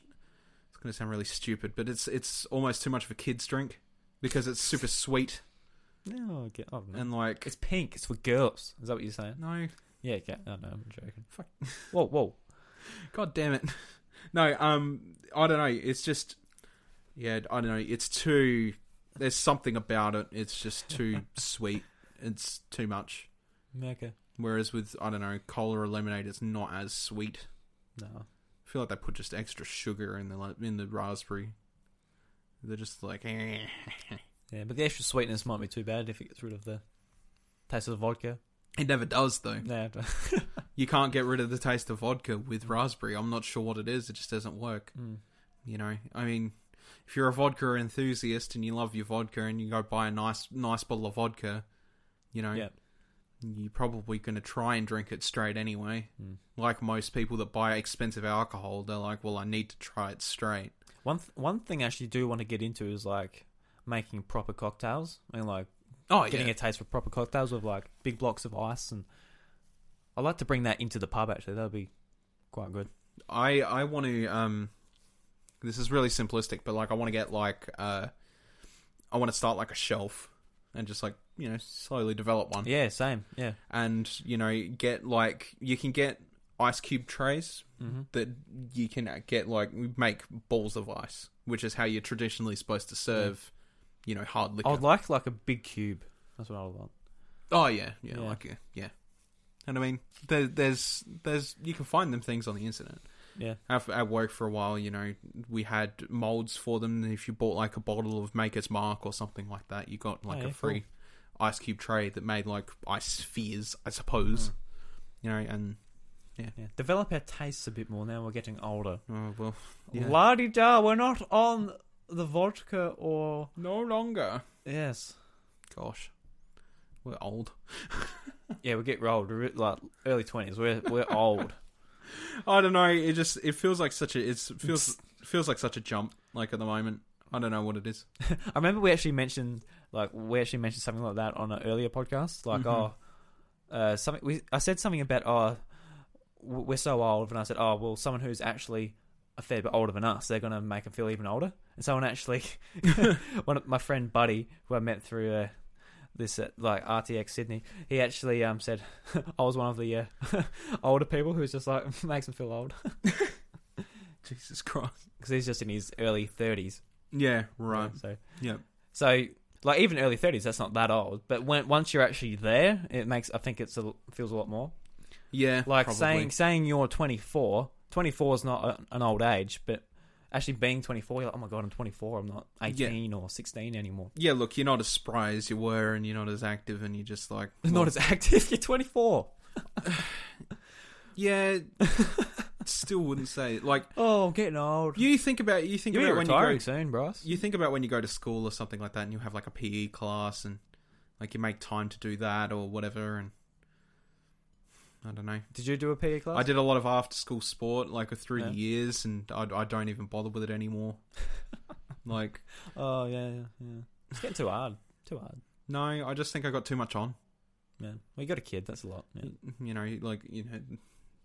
It's going to sound really stupid, but it's it's almost too much of a kid's drink because it's super sweet
no, I get- I don't know.
and like
it's pink. It's for girls. Is that what you're saying?
no,
Yeah, okay. Oh, no, I'm joking.
Fuck.
Whoa, whoa.
god damn it, no. Um, I don't know. It's just yeah, I don't know. It's too. There's something about it. It's just too sweet. It's too much.
Okay.
Whereas with I don't know cola or lemonade, it's not as sweet.
No.
I feel like they put just extra sugar in the le- in the raspberry. They're just like, eh.
Yeah, but the extra sweetness might be too bad if it gets rid of the taste of the vodka.
it never does though.
No.
You can't get rid of the taste of vodka with raspberry. I'm not sure what it is. It just doesn't work.
Mm.
You know, I mean, if you're a vodka enthusiast and you love your vodka and you go buy a nice nice bottle of vodka, you know,
Yeah.
you're probably going to try and drink it straight anyway.
Mm.
Like most people that buy expensive alcohol, they're like, "Well, I need to try it straight."
One th- one thing I actually do want to get into is like making proper cocktails and like
Oh
getting
yeah,
a taste for proper cocktails with like big blocks of ice and I like to bring that into the pub actually. That'd be quite good.
I I want to um this is really simplistic, but like I want to get like uh I want to start like a shelf and just like, you know, slowly develop one
Yeah, same. Yeah.
and you know, get like you can get ice cube trays
Mm-hmm.
that you can get like make balls of ice, which is how you're traditionally supposed to serve, you know, hard liquor.
I'd like like a big cube. That's what I would want.
oh yeah, yeah,
Yeah.
like yeah, yeah. And I mean, there, there's there's you can find them things on the internet.
Yeah.
at, at work for a while, you know, we had molds for them. and If you bought like a bottle of Maker's Mark or something like that, you got like
Oh, yeah,
a free ice cube tray that made like ice spheres, I
Hmm.
suppose. You know, and
Yeah. Develop our tastes a bit more now we're getting older.
oh, well, Yeah.
La di da, we're not on the vodka or
no longer.
yes.
Gosh, we're old.
Yeah, we get old. We're like early twenties. We're we're old.
I don't know. It just it feels like such a it feels feels like such a jump. Like at the moment, I don't know what it is.
I remember we actually mentioned like we actually mentioned something like that on an earlier podcast. Like
Mhm.
oh, uh, something. We I said something about oh, w- we're so old, and I said oh well, someone who's actually a fair bit older than us, they're gonna make them feel even older. And someone actually, one of my friend Buddy, who I met through. Uh, this uh, like RTX Sydney, he actually um said I was one of the uh, older people who's just like makes them feel old
Jesus Christ.
because he's just in his early thirties.
Yeah. Right.
So
Yeah.
So like even early thirties, that's not that old. But when once you're actually there, it makes I think it's a, feels a lot more.
Yeah.
Like
probably.
saying saying you're 24. 24 is not a, an old age, but actually being 24, you're like, oh my god, I'm 24. I'm not 18 or 16 anymore.
Yeah, look, you're not as spry as you were, and you're not as active, and you're just like
Not as active. You're 24.
Yeah, still wouldn't say like
Oh, I'm getting old.
you think about you think
You're
about when
retiring
you
soon, Bryce.
go you think about when you go to school or something like that, and you have like a PE class, and like you make time to do that or whatever, and I don't know.
Did you do a PE class?
I did a lot of after school sport like through
Yeah.
the years, and I, I don't even bother with it anymore. like
Oh yeah, yeah, yeah. It's getting too hard. Too hard.
no, I just think I got too much on.
Yeah. Well, you got a kid. That's a lot. Yeah.
you know, like you know, it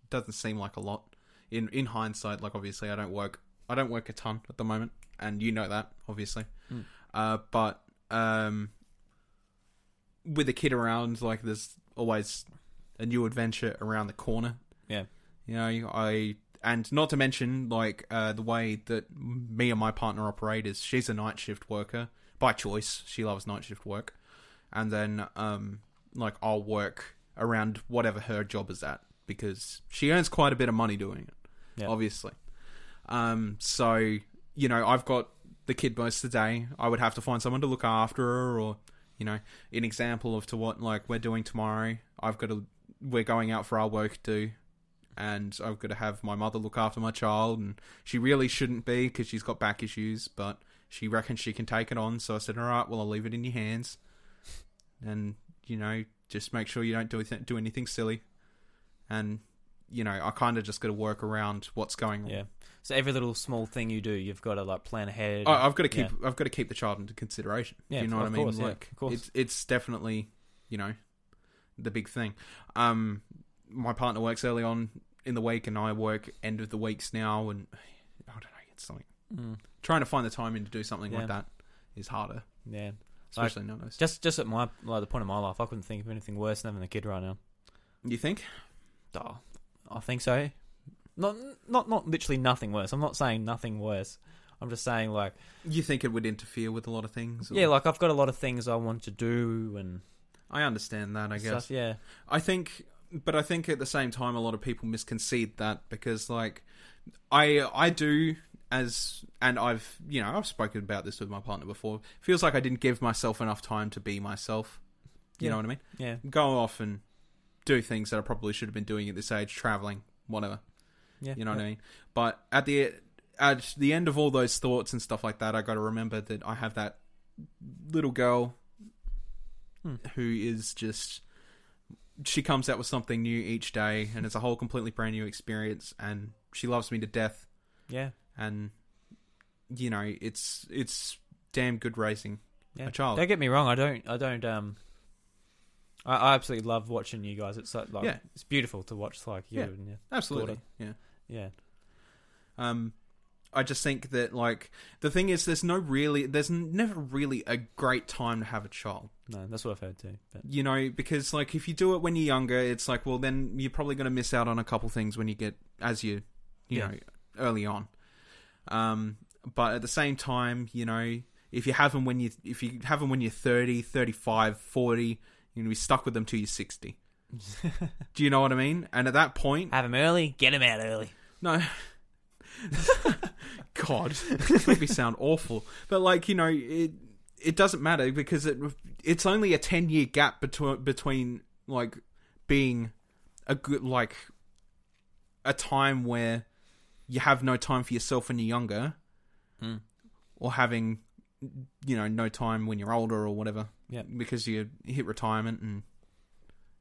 doesn't seem like a lot in in hindsight. Like obviously, I don't work, I don't work a ton at the moment, and you know that obviously.
Mm.
Uh, but um, with a kid around, like there's always a new adventure around the corner.
Yeah.
you know, I and not to mention like uh, the way that me and my partner operate is she's a night shift worker by choice. She loves night shift work, and then um, like I'll work around whatever her job is at because she earns quite a bit of money doing it,
Yeah.
obviously. Um, so you know, I've got the kid most of the day. I would have to find someone to look after her, or you know, an example of to what like we're doing tomorrow. I've got to we're going out for our work do and I've got to have my mother look after my child, and she really shouldn't be because she's got back issues, but she reckons she can take it on. So I said, all right, well, I'll leave it in your hands, and you know, just make sure you don't do anything, do anything silly, and you know, I kind of just got to work around what's going on.
Yeah. So every little small thing you do, you've got to like plan ahead.
I, I've got to keep I've got to keep the child into consideration.
Yeah,
do you know
of
what I mean?
course, yeah,
like,
of course.
it's it's definitely you know the big thing. Um, my partner works early on in the week, and I work end of the weeks now, and I don't know. It's something
Mm,
trying to find the time in to do something
Yeah.
like that is harder,
yeah.
especially nowadays.
Just just at my like the point of my life, I couldn't think of anything worse than having a kid right now.
You think?
Oh, I think so. Not not not literally nothing worse. I'm not saying nothing worse. I'm just saying like
You think it would interfere with a lot of things? or-
yeah, like I've got a lot of things I want to do and
I understand that. I guess.
stuff. Yeah,
I think, but I think at the same time, a lot of people misconceive that because, like, I I do as and I've you know I've spoken about this with my partner before. Feels like I didn't give myself enough time to be myself. You
Yeah.
know what I mean?
yeah,
Go off and do things that I probably should have been doing at this age, traveling, whatever.
yeah.
You know
yeah.
what I mean? But at the at the end of all those thoughts and stuff like that, I got to remember that I have that little girl
Hmm.
who is just she comes out with something new each day, and it's a whole completely brand new experience. And she loves me to death,
Yeah,
and you know it's it's damn good racing
yeah.
a child.
Don't get me wrong. I don't. I don't. Um, I, I absolutely love watching you guys. It's so, like
Yeah.
it's beautiful to watch. Like you
Yeah.
and your,
Absolutely, yeah.
yeah,
Um, I just think that like the thing is, there's no really, there's never really a great time to have a child.
no, that's what I've heard too. But
you know because like if you do it when you're younger it's like well then you're probably going to miss out on a couple things when you get as you you
Yeah.
know early on um but at the same time you know if you have them when you if you have them when you're 30 35 40 you're going to be stuck with them till you're 60 do you know what i mean and at that point
have them early. Get them out early.
no god this made me sound awful but like you know it it doesn't matter because it it's only a 10 year gap between between like being a good like a time where you have no time for yourself when you're younger
Mm.
or having you know no time when you're older or whatever
Yeah.
because you hit retirement and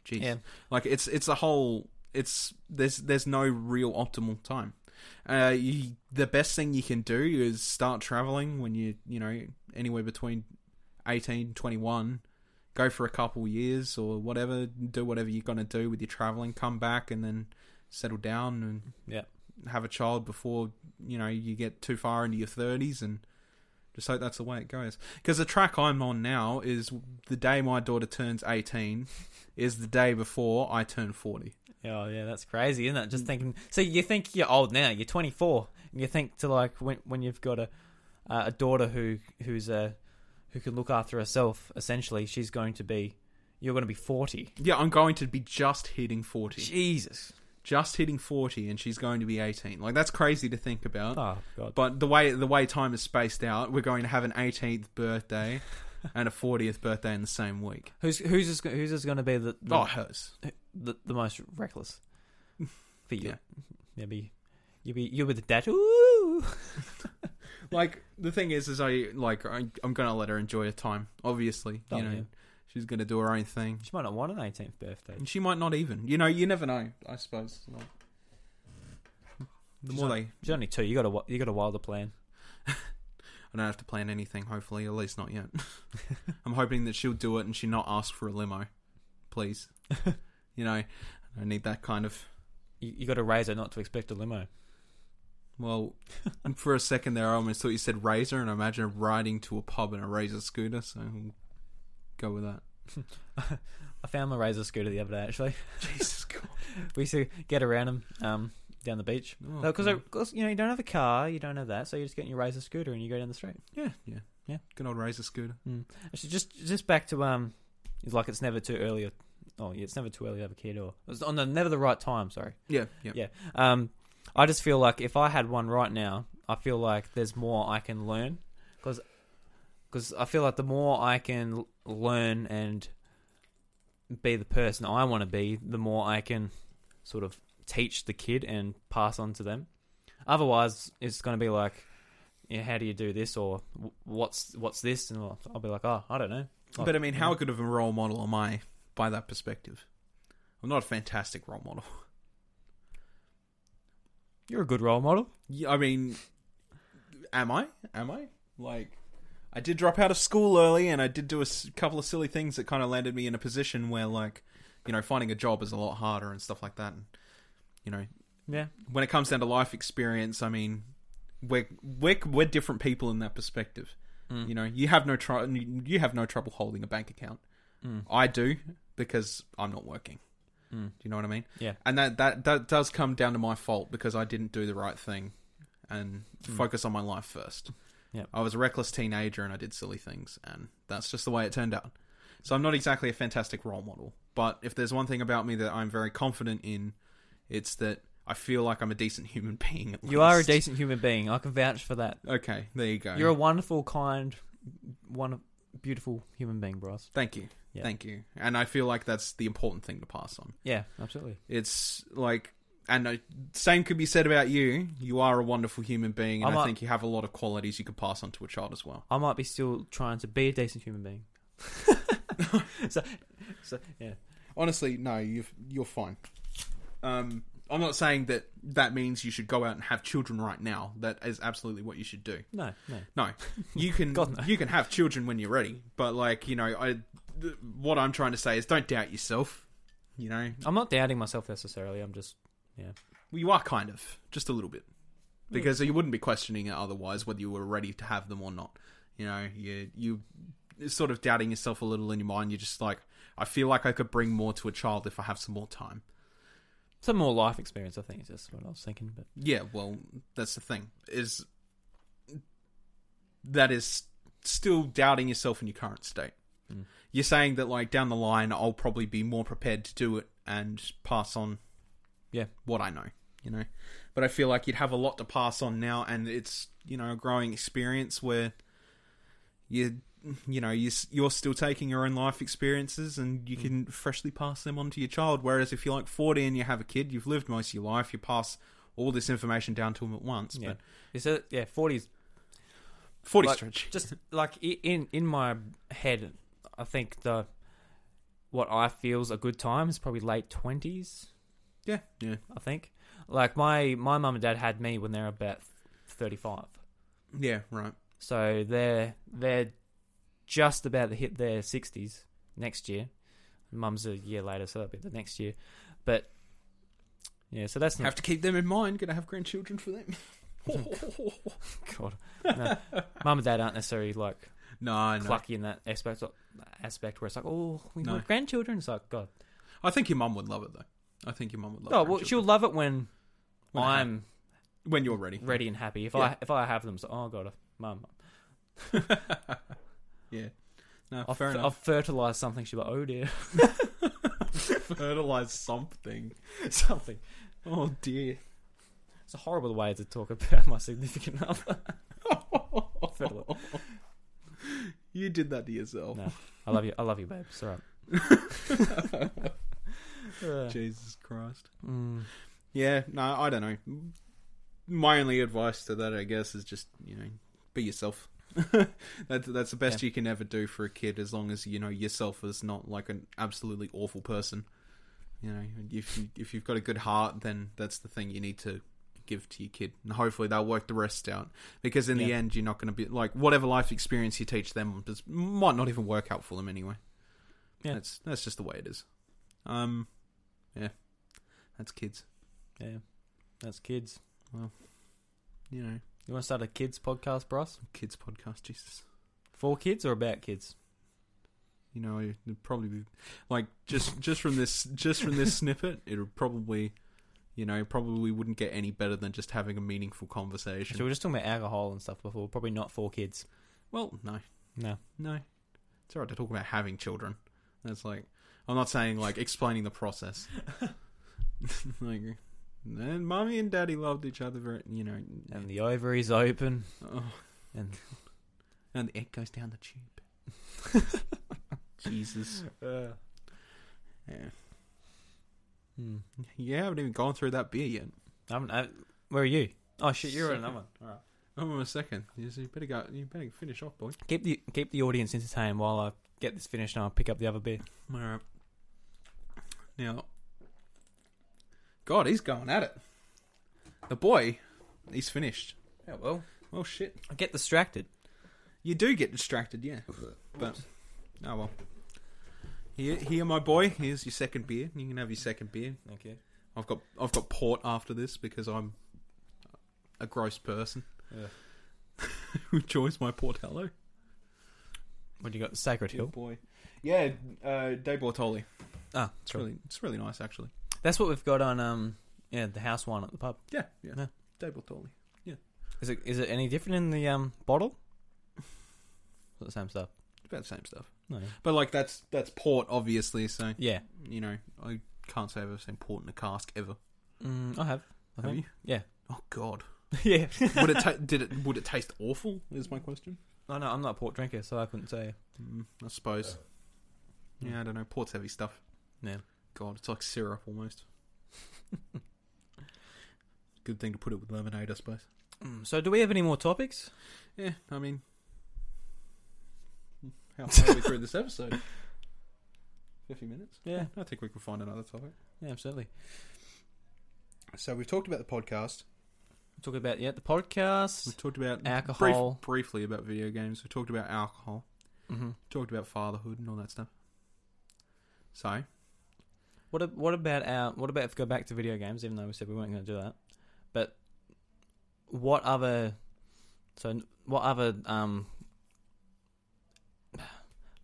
jeez
Yeah.
like it's it's a whole it's there's there's no real optimal time uh, you, the best thing you can do is start traveling when you you know anywhere between 18 21 go for a couple years or whatever do whatever you're going to do with your traveling come back and then settle down and
Yeah.
have a child before you know you get too far into your 30s and just hope that's the way it goes because the track i'm on now is the day my daughter turns 18 is the day before i turn 40
Oh yeah, that's crazy, isn't it?
Mm.
Just thinking. So you think you're old now. You're 24, and you think to like when when you've got a uh, a daughter who who's a who can look after herself. Essentially, she's going to be you're going to be 40.
yeah i'm going to be just hitting 40
Jesus.
just hitting 40 and she's going to be 18 like that's crazy to think about
Oh god.
But the way the way time is spaced out, we're going to have an 18th birthday and a 40th birthday in the same week.
Who's who's is, who's is going to be the the,
Oh, hers.
the the most reckless for you?
Yeah.
Maybe you'll be you'll be the dad. Ooh.
Like the thing is, is I like I, I'm going to let her enjoy her time. Obviously,
Oh,
you know,
yeah.
she's going to do her own thing,
She might not want an 18th birthday.
and she might not even. You know, you never know. I suppose. Like, the
She's
more
not-
they,
She's only two. You got a wi- you got a wilder plan.
I don't have to plan anything. Hopefully, at least not yet. I'm hoping that she'll do it and she not ask for a limo, please. you know, I need that kind of
You, you got to raise her not to expect a limo.
Well, for a second there, I almost thought you said razor, and I imagine riding to a pub in a razor scooter. So we'll go with that.
I found my razor scooter the other day. Actually,
Jesus God!
we used to get around them um, down the beach
Oh,
because you know you don't have a car, you don't have that, so you just get in your razor scooter and you go down the street.
yeah, yeah,
Yeah.
Good old razor scooter.
Actually, just just back to um, it's like it's never too early. Or, oh, yeah, it's never too early to have a kid, or it's on the never the right time. Sorry.
Yeah, yeah,
Yeah. Um, I just feel like if I had one right now, I feel like there's more I can learn because I feel like the more I can l- learn and be the person I want to be, the more I can sort of teach the kid and pass on to them. Otherwise, it's going to be like, you know, how do you do this or wh- what's what's this? And I'll, I'll be like, oh, I don't know. Like,
but I mean, how good of a role model am I by that perspective? I'm not a fantastic role model.
You're a good role model.
Yeah, I mean, am I? Am I? Like, I did drop out of school early, and I did do a s- couple of silly things that kind of landed me in a position where, like, you know, finding a job is a lot harder and stuff like that. And you know,
Yeah.
when it comes down to life experience, I mean, we're we're, we're different people in that perspective.
Mm.
You know, you have no tr- you have no trouble holding a bank account.
Mm.
I do because I'm not working. Do you know what I mean?
Yeah.
And that, that that does come down to my fault because I didn't do the right thing and focus on my life first.
Mm. Yep.
I was a reckless teenager and I did silly things and that's just the way it turned out. So I'm not exactly a fantastic role model, but if there's one thing about me that I'm very confident in, it's that I feel like I'm a decent human being. At
You are a
least.
decent human being. I can vouch for that.
Okay, there you go.
You're a wonderful, kind, one beautiful human being, Bryce.
Thank you.
Yeah.
Thank you. And I feel like that's the important thing to pass on.
Yeah, absolutely.
It's like, and I, same could be said about you. You are a wonderful human being, and
I'm
i
a-
think you have a lot of qualities you could pass on to a child as well.
I might be still trying to be a decent human being. so, so yeah,
Honestly, no, you've, you're fine. Um, I'm not saying that that means you should go out and have children right now. That is absolutely what you should do.
no, no.
No, you can
God, no.
you can have children when you're ready, but like you know, I th- what I'm trying to say is don't doubt yourself. You know,
I'm not doubting myself necessarily. I'm just
Well, you are kind of, just a little bit, because you wouldn't be questioning it otherwise, whether you were ready to have them or not. You know, you you sort of doubting yourself a little in your mind. You're just like, I feel like I could bring more to a child if I have some more time.
some more life experience. I think is just what I was thinking. But
Yeah, well, that's the thing is that is still doubting yourself in your current state.
Hmm.
You're saying that like down the line, I'll probably be more prepared to do it and pass on
yeah,
what I know, you know. But I feel like you'd have a lot to pass on now, and it's you know a growing experience where you you know you s- you're still taking your own life experiences and
Hmm.
you can freshly pass them on to your child. Whereas if you're like 40 and you have a kid, you've lived most of your life, you pass all this information down to them at once.
yeah.
But
You said yeah, forties.
40
Like,
stretch,
Just like i- in in my head, I think the what I feels a good time is probably late twenties.
yeah, yeah,
I think. Like my my mum and dad had me when they were about thirty five.
yeah, right.
So they're they're just about to hit their sixties next year. Mum's a year later, so that'll be the next year. But yeah, so that's
Have
not
to keep them in mind. Gonna have grandchildren for them.
God. No. Mum and dad aren't necessarily like
no, no.
clucky in that aspect uh, aspect where it's like, oh, we
No.
want grandchildren. It's like God.
I think your mum would love it though. I think your mum would love.
Oh well, she'll
grandchildren.
love it when,
When it
I'm
when you're ready.
ready and happy. If
Yeah.
I if I have them, so oh God, Mum,
yeah. No,
I've,
fair
I've
enough.
fertilized something. She's like, oh dear.
Fertilize something.
something.
Oh dear.
It's a horrible way to talk about my significant other. Fertili-
You did that to yourself.
No. I love you. I love you, babe. It's alright. Uh,
Jesus Christ.
mm,
Yeah, no, I don't know. My only advice to that, I guess, is just you know, be yourself. that's that's the best
Yeah.
you can ever do for a kid, as long as you know yourself is not like an absolutely awful person. You know, if you, if you've got a good heart, then that's the thing you need to give to your kid, and hopefully they'll work the rest out. Because in the
Yeah.
end, you're not going to be like whatever life experience you teach them just might not even work out for them anyway.
Yeah.
that's that's just the way it is. Um, yeah, that's kids.
yeah, that's kids.
You know.
You want to start a kids podcast, Bryce?
kids podcast. Jesus,
For kids or about kids?
you know, it'd probably be like just just from this just from this snippet, it would probably, you know, probably wouldn't get any better than just having a meaningful conversation.
So we were just talking about alcohol and stuff before. Probably not for kids.
well, no,
No.
no, it's alright to talk about having children. That's like, I'm not saying like explaining the process. like, and mommy and daddy loved each other very, you know,
And the ovaries open.
Oh.
And-
and the egg goes down the tube. Jesus.
Uh,
Yeah. Hmm. You haven't even gone through that beer yet.
I haven't. I, where are you? Oh shit, you're on
Second.
another one. All right.
I'm on my second. You see, you better go. You better finish off, boy.
Keep the keep the audience entertained while I get this finished and I'll pick up the other beer.
All right. Now, God, he's going at it. The boy, he's finished.
Yeah, well,
Well, shit.
I get distracted.
You do get distracted, yeah. But oh well. Here, here, my boy. Here's your second beer. You can have your second beer.
Thank you.
I've got, I've got port after this because I'm a gross person
Yeah.
who enjoys my portello.
What do you got? Sacred
Good
Hill.
boy. Yeah, uh, De Bortoli.
Ah,
It's
cool.
really, it's really nice actually.
That's what we've got on um yeah the house wine at the pub.
Yeah, yeah.
Yeah.
De Bortoli.
Is it is it any different in the um bottle? Is it the same stuff?
About the same stuff.
No.
But like that's that's port obviously. So
Yeah.
you know I can't say I've ever seen port in a cask ever.
Mm, I have. I
Have you?
think. Yeah.
Oh God.
yeah.
Would it ta- did it would it taste awful? Is my question.
I know. I'm not a port drinker, so I couldn't say.
Mm, I suppose. Yeah, I don't know. Port's heavy stuff.
Yeah.
God, it's like syrup almost. Good thing to put it with lemonade, I suppose.
Mm, so, do we have any more topics?
Yeah, I mean, how far are we through this episode? Fifty minutes.
Yeah.
I think we can find another topic.
Yeah, absolutely.
So we've talked about the podcast.
Talk about yeah the podcast.
We've talked about
Alcohol.
brief- briefly about video games. We talked about alcohol.
hmm
Talked about fatherhood and all that stuff. So
What ab- what about our what about if we go back to video games? Even though we said we weren't going to do that, but what other so n- what other um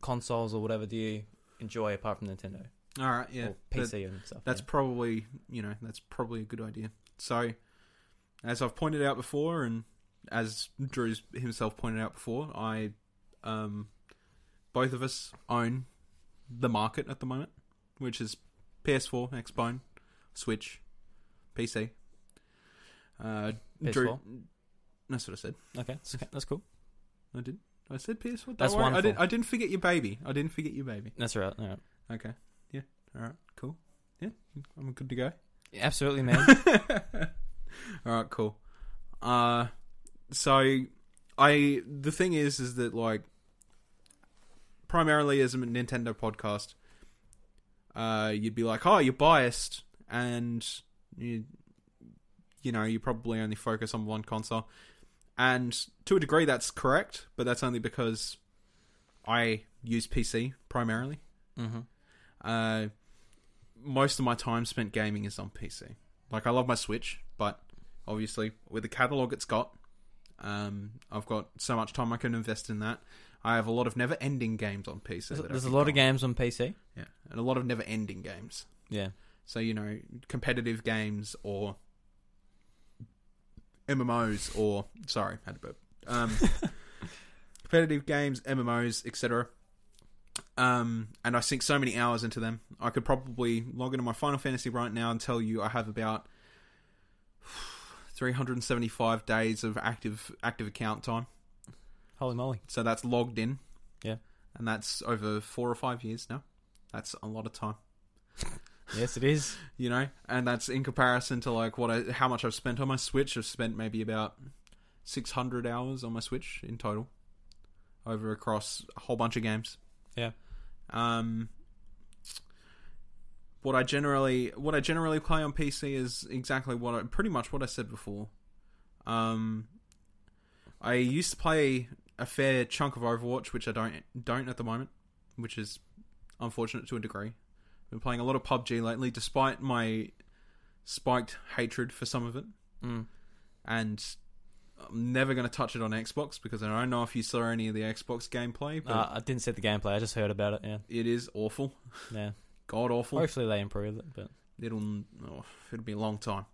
consoles or whatever do you enjoy apart from Nintendo
all right, yeah,
or
that-
PC and stuff?
that's
yeah.
probably you know that's probably a good idea. So as I've pointed out before, and as Drew's himself pointed out before, I um, both of us own the market at the moment, which is PS4, Xbone, Switch, PC. Uh, Drew,
PS4?
that's what I said.
okay. That's, okay, that's cool.
I did. I said PS4. Don't
That's
worry. I
wonderful.
didn't. I didn't forget your baby. I didn't forget your baby.
That's all right. All right.
Okay. Yeah. All right. Cool. Yeah. I'm good to go.
Yeah, Absolutely, man.
All right. Cool. Uh, so I the thing is is that like primarily as a Nintendo podcast, uh, you'd be like, oh, you're biased, and you you know you probably only focus on one console, and to a degree that's correct, but that's only because I use PC primarily.
mm-hmm.
Uh, most of my time spent gaming is on PC. Like I love my Switch, but obviously with the catalog it's got, um, I've got so much time I can invest in that. I have a lot of never-ending games on
There's,
PC. that I
there's a
keep
lot of
on.
games on PC.
yeah, and a lot of never-ending games.
Yeah.
So you know, competitive games or MMOs or sorry, had a burp. Um, competitive games, MMOs, etc. Um, and I sink so many hours into them. I could probably log into my Final Fantasy right now and tell you I have about 375 days of active active account time.
Holy moly.
So that's logged in.
Yeah.
And that's over four or five years now. That's a lot of time
Yes, it is.
you know and that's in comparison to like what I, how much i've spent on my switch i've spent maybe about 600 hours on my switch in total over across a whole bunch of games
Yeah.
um what i generally what i generally play on pc is exactly what i pretty much what i said before um i used to play a fair chunk of overwatch which i don't don't at the moment which is unfortunate to a degree been playing a lot of PUBG lately, despite my spiked hatred for some of it.
Mm.
And I'm never going to touch it on Xbox because I don't know if you saw any of the Xbox gameplay, but
Uh, I didn't set the gameplay. I just heard about it. Yeah.
it is awful,
Yeah.
god awful.
Hopefully they improve it, but
It'll oh, it'll be a long time.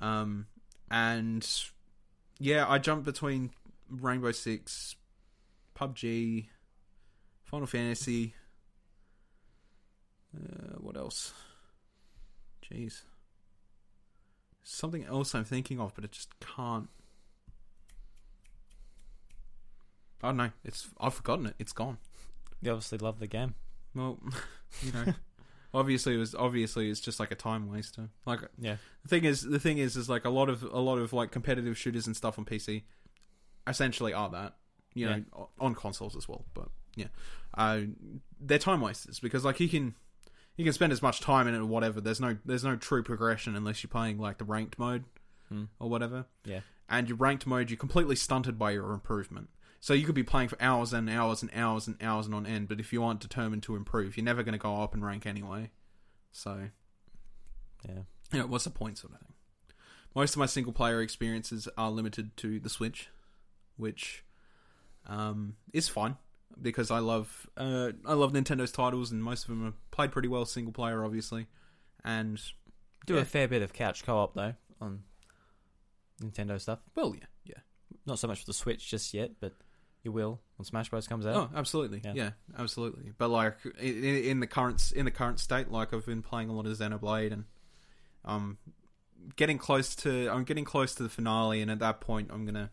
Um, and yeah, I jump between Rainbow Six, PUBG, Final Fantasy. Uh, what else? Jeez. Something else I'm thinking of, but I just can't. I don't know. It's I've forgotten it. It's gone.
you obviously love the game.
Well, you know, Obviously, it was obviously it's just like a time waster. Like
Yeah.
the thing is, the thing is, is like a lot of a lot of like competitive shooters and stuff on PC, essentially are that. You know, o- on consoles as well. But yeah, uh, they're time wasters because like you can you can spend as much time in it or whatever. There's no there's no true progression unless you're playing like the ranked mode
Hmm.
or whatever.
Yeah.
and your ranked mode, you're completely stunted by your improvement. So you could be playing for hours and hours and hours and hours and on end, but if you aren't determined to improve, you're never going to go up in rank anyway. So
Yeah.
you know, what's the point sort of thing? Most of my single player experiences are limited to the Switch, which um, is fine because I love uh, I love Nintendo's titles and most of them are played pretty well single player, obviously. And
Do
Yeah.
a fair bit of couch co-op though on Nintendo stuff.
well, yeah, yeah.
Not so much for the Switch just yet, but you will when Smash Bros comes out.
Oh, absolutely. Yeah.
Yeah.
absolutely. But like in, in the current in the current state, like I've been playing a lot of Xenoblade and um getting close to I'm getting close to the finale and at that point I'm going to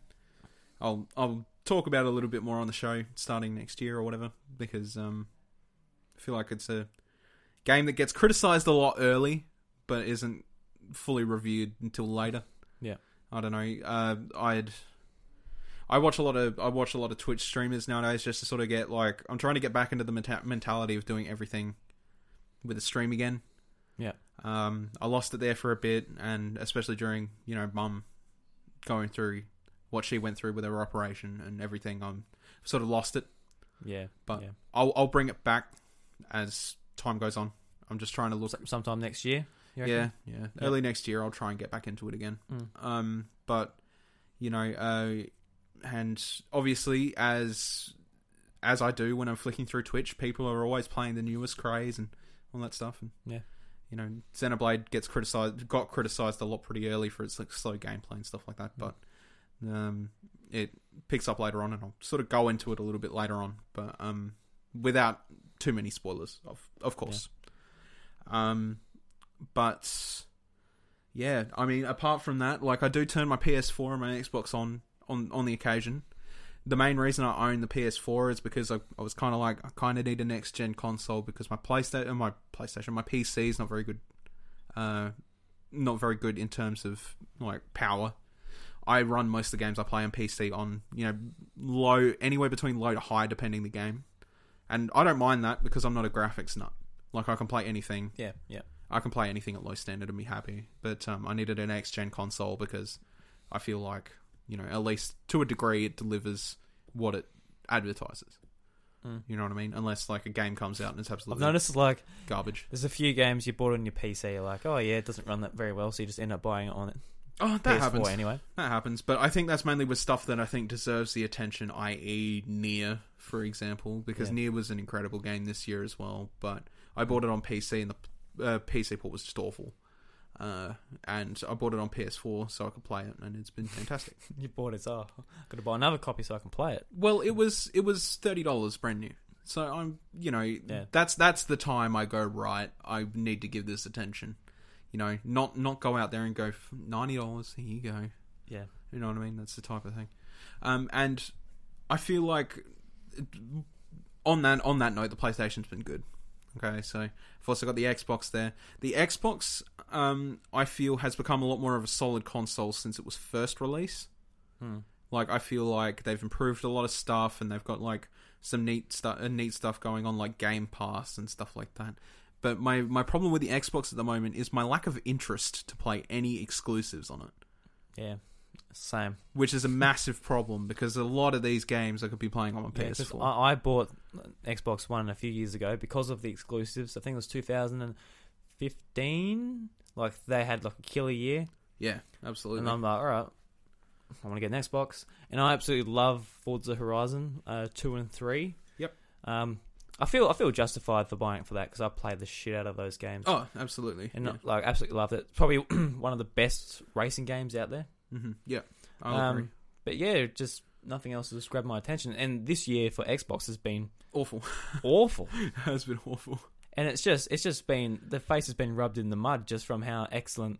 I'll I'll talk about it a little bit more on the show starting next year or whatever because um I feel like it's a game that gets criticized a lot early but isn't fully reviewed until later.
Yeah.
I don't know. Uh I'd I watch a lot of I watch a lot of Twitch streamers nowadays just to sort of get like I'm trying to get back into the menta- mentality of doing everything with a stream again.
Yeah.
Um, I lost it there for a bit, and especially during you know mum going through what she went through with her operation and everything, I'm sort of lost it.
Yeah,
But
yeah.
I'll I'll bring it back as time goes on. I'm just trying to look.
S- sometime next year. you reckon?
Yeah, yeah. Early next year, I'll try and get back into it again.
Mm.
Um, but you know, uh, and obviously, as as I do when I'm flicking through Twitch, people are always playing the newest craze and all that stuff. And
Yeah.
you know, Xenoblade gets criticized, got criticized a lot pretty early for its like slow gameplay and stuff like that.
Mm.
But um, it picks up later on, and I'll sort of go into it a little bit later on, but um, without too many spoilers, of of course. Um, but yeah, I mean, apart from that, like I do turn my PS4 and my Xbox on on on the occasion. The main reason I own the PS4 is because I, I was kind of like I kind of need a next gen console because my PlayStation, my PlayStation, my PC is not very good. Uh, not very good in terms of like power. I run most of the games I play on PC on you know low anywhere between low to high depending the game, and I don't mind that because I'm not a graphics nut. Like I can play anything
yeah, yeah.
I can play anything at low standard and be happy. But um, I needed an next gen console because I feel like you know at least to a degree it delivers what it advertises.
Mm.
You know what I mean? Unless like a game comes out and it's
I've
absolutely
noticed like
garbage.
there's a few games you bought on your PC. You're like, oh yeah, it doesn't run that very well, so you just end up buying it on it.
Oh, that
PS4
happens.
anyway.
That happens. But I think that's mainly with stuff that I think deserves the attention, i.e., Nier, for example, because
Yeah.
Nier was an incredible game this year as well. But I bought it on PC, and the uh, PC port was just awful. Uh, and I bought it on PS4 so I could play it, and it's been fantastic.
You bought it, so oh, I've got to buy another copy so I can play it.
Well, it was it was thirty dollars brand new. So I'm you know that's that's the time I go right. I need to give this attention. You know, not not go out there and go "F- ninety dollars. Here you go.
Yeah.
you know what I mean. That's the type of thing. Um, and I feel like on that on that note, the PlayStation's been good. Okay, so I've also got the Xbox there. The Xbox, um, I feel, has become a lot more of a solid console since it was first released
Hmm.
like I feel like they've improved a lot of stuff and they've got like some neat stuff uh, neat stuff going on like Game Pass and stuff like that. But my my problem with the Xbox at the moment is my lack of interest to play any exclusives on it,
Yeah, same.
which is a massive problem because a lot of these games I could be playing on my
Yeah, 'cause
PS4.
I, I bought Xbox One a few years ago because of the exclusives. I think it was 2015. Like they had like a killer year,
yeah, absolutely.
and I'm like, all right, I want to get an Xbox, and I absolutely love Forza Horizon uh, two and three.
Yep.
Um, I feel I feel justified for buying it for that because I played the shit out of those games,
oh, absolutely.
and
yeah.
like absolutely loved it. Probably one of the best racing games out there.
hmm yeah, I
Um,
agree.
But yeah, just nothing else has grabbed my attention. And this year for Xbox has been
Awful.
awful.
Has been awful.
and it's just it's just been the face has been rubbed in the mud just from how excellent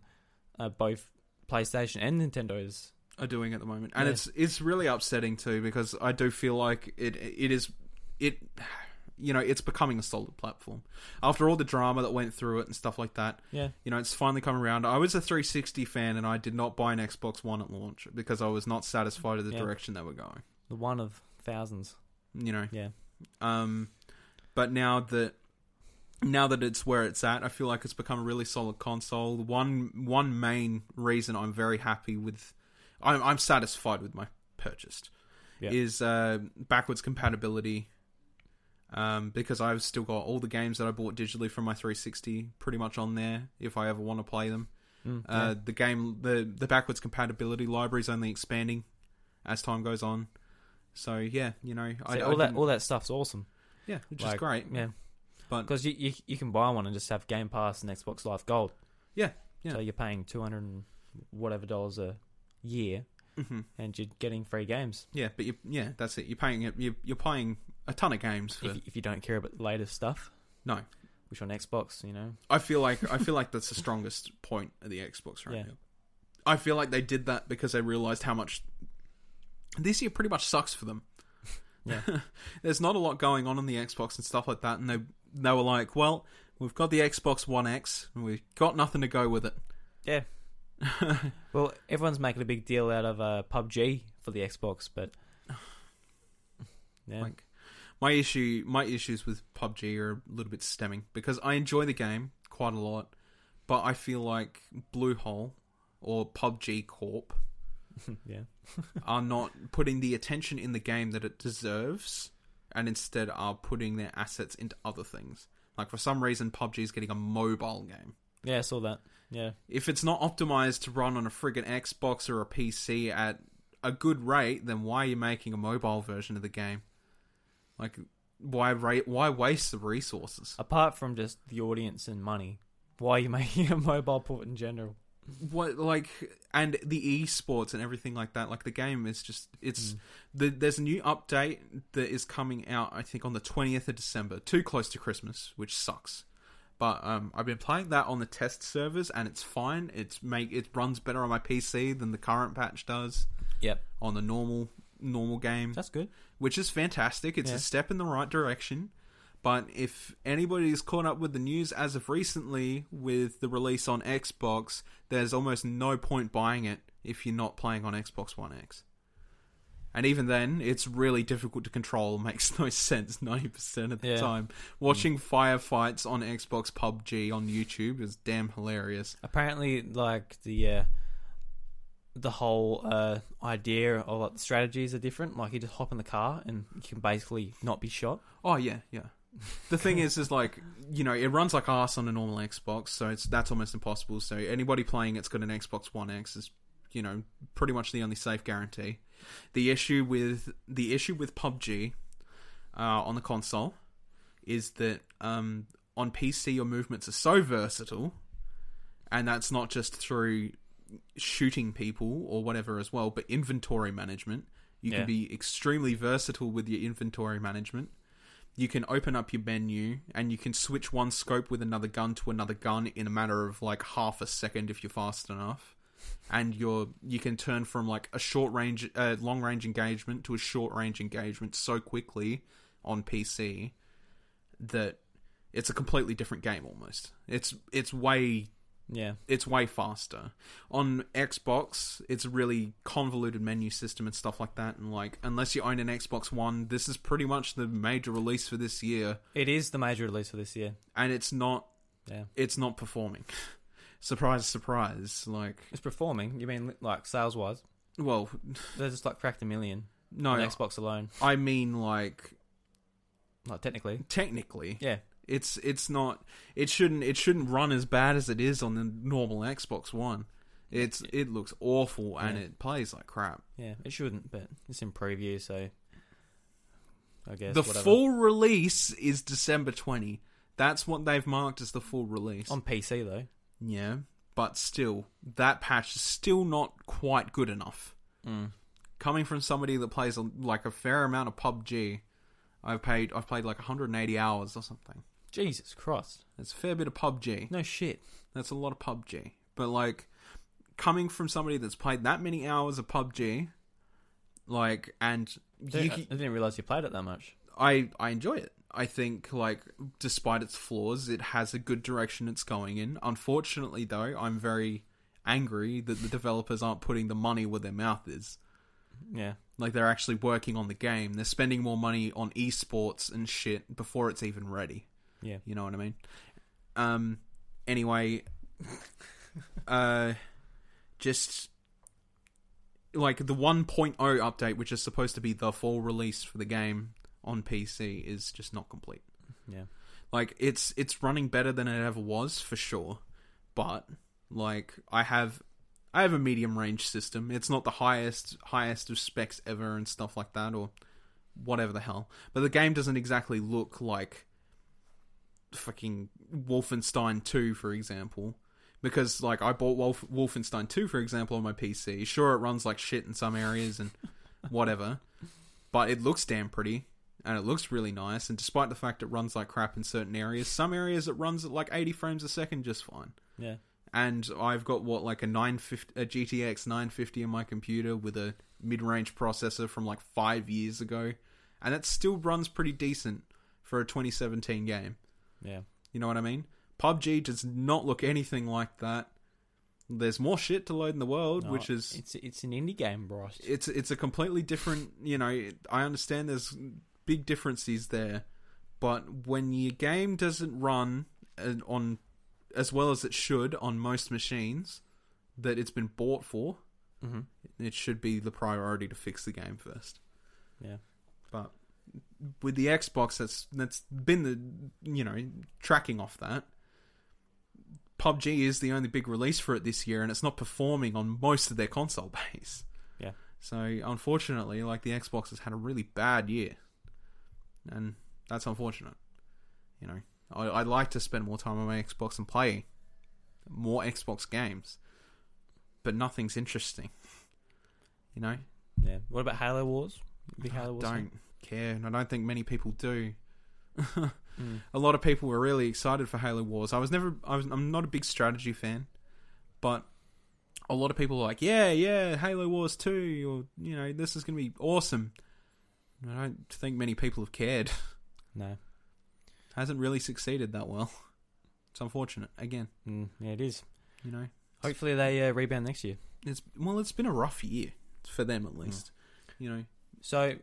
uh, both PlayStation and Nintendo's.
are doing at the moment, and
Yeah.
it's it's really upsetting too because I do feel like it it is it you know it's becoming a solid platform after all the drama that went through it and stuff like that
Yeah.
you know it's finally come around i was a 360 fan and i did not buy an xbox one at launch because i was not satisfied with the
Yeah.
direction they were going
The one of thousands.
you know
Yeah.
um but now that now that it's where it's at i feel like it's become a really solid console one one main reason i'm very happy with i'm, I'm satisfied with my purchase
Yeah.
is uh backwards compatibility um because i've still got all the games that i bought digitally from my 360 pretty much on there if i ever want to play them
Mm,
uh, the game the the backwards compatibility library is only expanding as time goes on so yeah you know
yeah.
I,
So
I
all that
didn't-
all that stuff's awesome.
yeah which is
like,
great
Yeah.
but
Because you, you you can buy one and just have Game Pass and Xbox Live Gold.
Yeah, yeah.
So you're paying two hundred and whatever dollars a year,
mhm.
and you're getting free games
yeah but you yeah that's it you're paying it you're, you're paying a ton of games for
if, you- if you don't care about the latest stuff.
No.
Which on Xbox, you know.
i feel like i feel like that's the strongest point of the xbox right
Yeah.
now i feel like they did that because they realized how much this year pretty much sucks for them
Yeah.
there's not a lot going on on the xbox and stuff like that and they they were like well we've got the xbox one x and we've got nothing to go with it
Yeah. Well, everyone's making a big deal out of uh, PUBG for the Xbox, but yeah,
Like my issue, my issues with PUBG are a little bit stemming because I enjoy the game quite a lot, but I feel like Bluehole or PUBG Corp
yeah,
are not putting the attention in the game that it deserves, and instead are putting their assets into other things. Like for some reason, PUBG is getting a mobile game.
yeah, I saw that. Yeah,
If it's not optimized to run on a friggin' Xbox or a PC at a good rate, then why are you making a mobile version of the game? Like, why ra- why waste the resources?
apart from just the audience and money, why are you making a mobile port in general?
What like and the esports and everything like that. Like the game is just it's the, there's a new update that is coming out. I think on the twentieth of December. Too close to Christmas, which sucks. But um, I've been playing that on the test servers, and it's fine. It's make it runs better on my PC than the current patch does.
Yep,
on the normal normal game,
that's good.
which is fantastic. It's
Yeah.
a step in the right direction. But if anybody's caught up with the news as of recently with the release on Xbox, there's almost no point buying it if you're not playing on Xbox One X. And even then, it's really difficult to control. Makes no sense 90% of the
Yeah.
time. Watching firefights on Xbox PUBG on YouTube is damn hilarious.
Apparently, like the uh, the whole uh, idea of like, the strategies are different. Like you just hop in the car and you can basically not be shot.
Oh yeah, yeah. The thing is, is like you know, it runs like arse on a normal Xbox, so it's that's almost impossible. So anybody playing it's got an Xbox One X is you know pretty much the only safe guarantee. The issue with the issue with PUBG uh, on the console is that um, on PC your movements are so versatile, and that's not just through shooting people or whatever as well, but inventory management. You
Yeah.
can be extremely versatile with your inventory management you can open up your menu and you can switch one scope with another gun to another gun in a matter of like half a second if you're fast enough and you're you can turn from like a short range uh, long range engagement to a short range engagement so quickly on PC that it's a completely different game almost it's it's way
Yeah,
it's way faster on xbox it's a really convoluted menu system and stuff like that and like unless you own an xbox one this is pretty much the major release for this year
it is the major release for this year.
and it's not
Yeah.
it's not performing surprise surprise like
It's performing. You mean like sales wise?
well
They just like cracked a million
no
on Xbox alone.
i mean like
Like technically,
technically
yeah.
it's it's not it shouldn't it shouldn't run as bad as it is on the normal xbox one it's it looks awful and
Yeah.
it plays like crap
Yeah, it shouldn't, but it's in preview, so I guess
the
whatever.
full release is December 20. That's what they've marked as the full release.
on PC though.
yeah, but still, that patch is still not quite good enough.
Mm.
Coming from somebody that plays a, like a fair amount of PUBG, I've paid I've played like 180 hours or something.
Jesus Christ!
That's a fair bit of PUBG.
No shit.
That's a lot of PUBG. But like coming from somebody that's played that many hours of PUBG, like and
I
you,
uh, didn't realize you played it that much.
I I enjoy it. I think, like, despite its flaws, it has a good direction it's going in. Unfortunately, though, I'm very angry that the developers aren't putting the money where their mouth is.
Yeah.
Like, they're actually working on the game. They're spending more money on esports and shit before it's even ready.
Yeah.
You know what I mean? Um, anyway, uh, just like the 1.0 update, which is supposed to be the full release for the game on PC, is just not complete.
Yeah.
Like it's it's running better than it ever was for sure, but like I have I have a medium range system. It's not the highest highest of specs ever and stuff like that or whatever the hell. But the game doesn't exactly look like fucking Wolfenstein 2 for example because like I bought Wolf- Wolfenstein 2 for example on my PC. Sure it runs like shit in some areas and whatever, but it looks damn pretty and it looks really nice and despite the fact it runs like crap in certain areas, some areas it runs at like 80 frames a second just fine.
Yeah.
And I've got what like a 950 a GTX 950 in my computer with a mid-range processor from like 5 years ago and it still runs pretty decent for a 2017 game.
Yeah.
You know what I mean? PUBG does not look anything like that. There's more shit to load in the world,
No,
which is
it's it's an indie game, Bryce.
it's it's a completely different. You know, I understand there's big differences there, but when your game doesn't run uh, on as well as it should on most machines that it's been bought for,
Mm-hmm.
it should be the priority to fix the game first.
Yeah.
But with the Xbox, that's that's been the you know tracking off that. PUBG is the only big release for it this year, and it's not performing on most of their console base.
Yeah.
So unfortunately, like the Xbox has had a really bad year, and that's unfortunate. You know, I, I'd like to spend more time on my Xbox and play more Xbox games, but nothing's interesting. You know,
Yeah. What about Halo Wars? Big Halo Wars.
don't care, and I don't think many people do.
Mm.
a lot of people were really excited for Halo Wars. I was never, I was, I'm not a big strategy fan, but a lot of people are like, yeah, yeah, Halo Wars 2, or, you know, this is going to be awesome. And I don't think many people have cared.
No.
Hasn't really succeeded that well. It's unfortunate, again,
Mm. Yeah, it is.
you know.
Hopefully they uh, rebound next year.
It's, well, it's been a rough year, for them at least. You know,
So,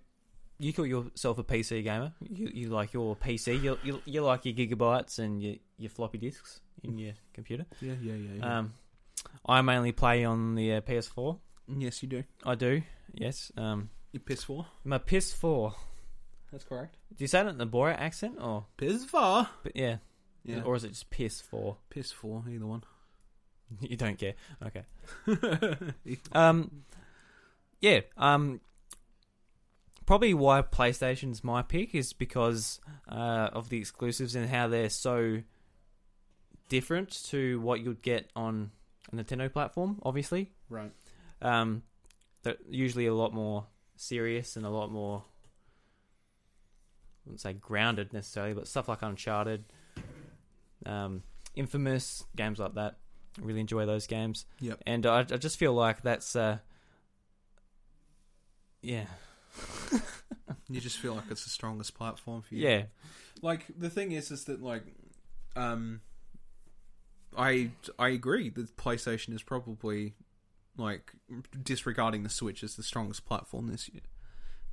you call yourself a PC gamer. You, you like your PC. You, you, you like your gigabytes and your, your floppy disks in your computer.
yeah, yeah, yeah. yeah.
Um, I mainly play on the uh, PS4.
yes, you do.
I do. Yes. Um,
You piss for.
my PS4.
That's correct.
Do you say that in the Borat accent or?
Piss for.
But yeah.
Yeah.
Or is it just PS4?
Piss for, either one.
You don't care. Okay.
Either
Um, yeah. Um, probably why PlayStation's my pick is because uh, of the exclusives and how they're so different to what you'd get on a Nintendo platform. Obviously,
Right.
um, they're usually a lot more serious and a lot more. I wouldn't say grounded necessarily, but stuff like Uncharted, um, Infamous, games like that. I really enjoy those games.
Yep.
And I, I just feel like that's, uh, yeah,
You just feel like it's the strongest platform for you.
yeah,
Like the thing is, is that like, um, I I agree that PlayStation is probably like disregarding the Switch as the strongest platform this year.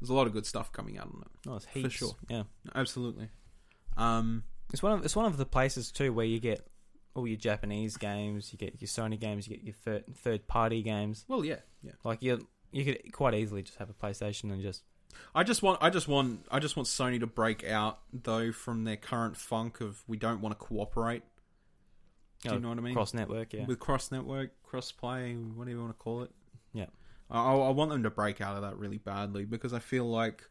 There's a lot of good stuff coming out on it.
no, it's heaps.
sure.
Yeah,
Absolutely. Um.
it's one of it's one of the places too where you get all your Japanese games, you get your Sony games, you get your third, third party games.
Well, yeah, yeah.
Like you, you could quite easily just have a PlayStation and just
I just want, I just want, I just want Sony to break out though from their current funk of we don't want to cooperate. Do you
Oh,
know what I mean?
cross network. Yeah,
with cross network, cross play, whatever you want to call it.
Yeah.
I, I want them to break out of that really badly because I feel like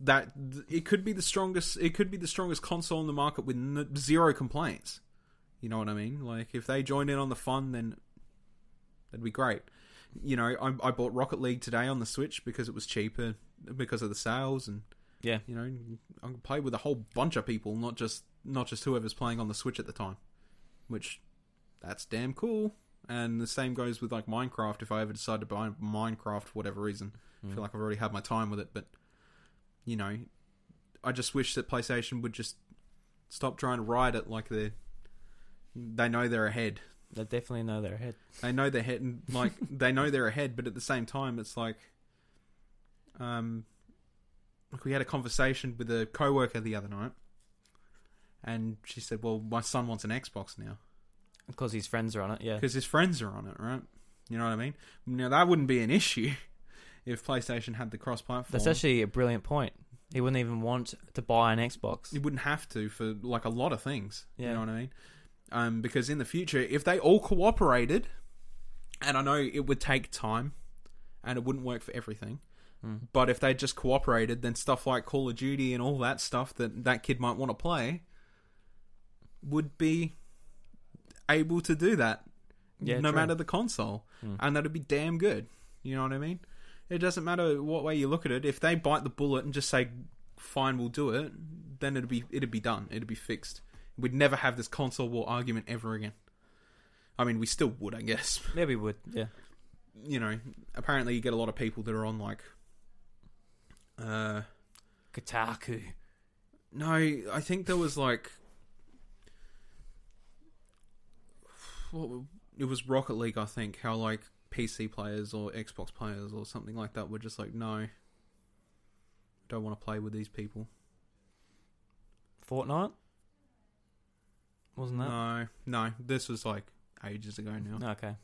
that it could be the strongest. It could be the strongest console on the market with n- zero complaints. You know what I mean? Like if they join in on the fun, then that'd be great. You know, I, I bought Rocket League today on the Switch because it was cheaper because of the sales, and
Yeah.
you know, I can play with a whole bunch of people, not just not just whoever's playing on the Switch at the time, which that's damn cool. And the same goes with like Minecraft. If I ever decide to buy Minecraft for whatever reason, I feel like I've already had my time with it. But you know, I just wish that PlayStation would just stop trying to ride it like they they know they're ahead.
They definitely know they're ahead.
They know they're ahead, and like they know they're ahead, but at the same time, it's like, um, like we had a conversation with a coworker the other night, and she said, "Well, my son wants an Xbox now."
Because his friends are on it, yeah.
because his friends are on it, right? You know what I mean? Now that wouldn't be an issue if PlayStation had the cross-platform.
That's actually a brilliant point. He wouldn't even want to buy an Xbox.
you wouldn't have to for like a lot of things. You
Yeah.
know what I mean? Um, because in the future, if they all cooperated, and I know it would take time, and it wouldn't work for everything.
Mm.
But if they just cooperated, then stuff like Call of Duty and all that stuff that that kid might want to play would be able to do that
Yeah,
no
true.
matter the console.
Mm.
And that'd be damn good. You know what I mean? It doesn't matter what way you look at it. If they bite the bullet and just say, "Fine, we'll do it," then it'd be it'd be done. It'd be fixed. We'd never have this console war argument ever again. I mean, we still would, I guess.
Yeah, we would. Yeah,
You know, apparently you get a lot of people that are on like, uh,
Kotaku.
No, I think there was like. what- It was Rocket League, I think, how like PC players or Xbox players or something like that were just like, no, don't want to play with these people.
Fortnite. Wasn't that?
No, no, this was like ages ago now.
Okay.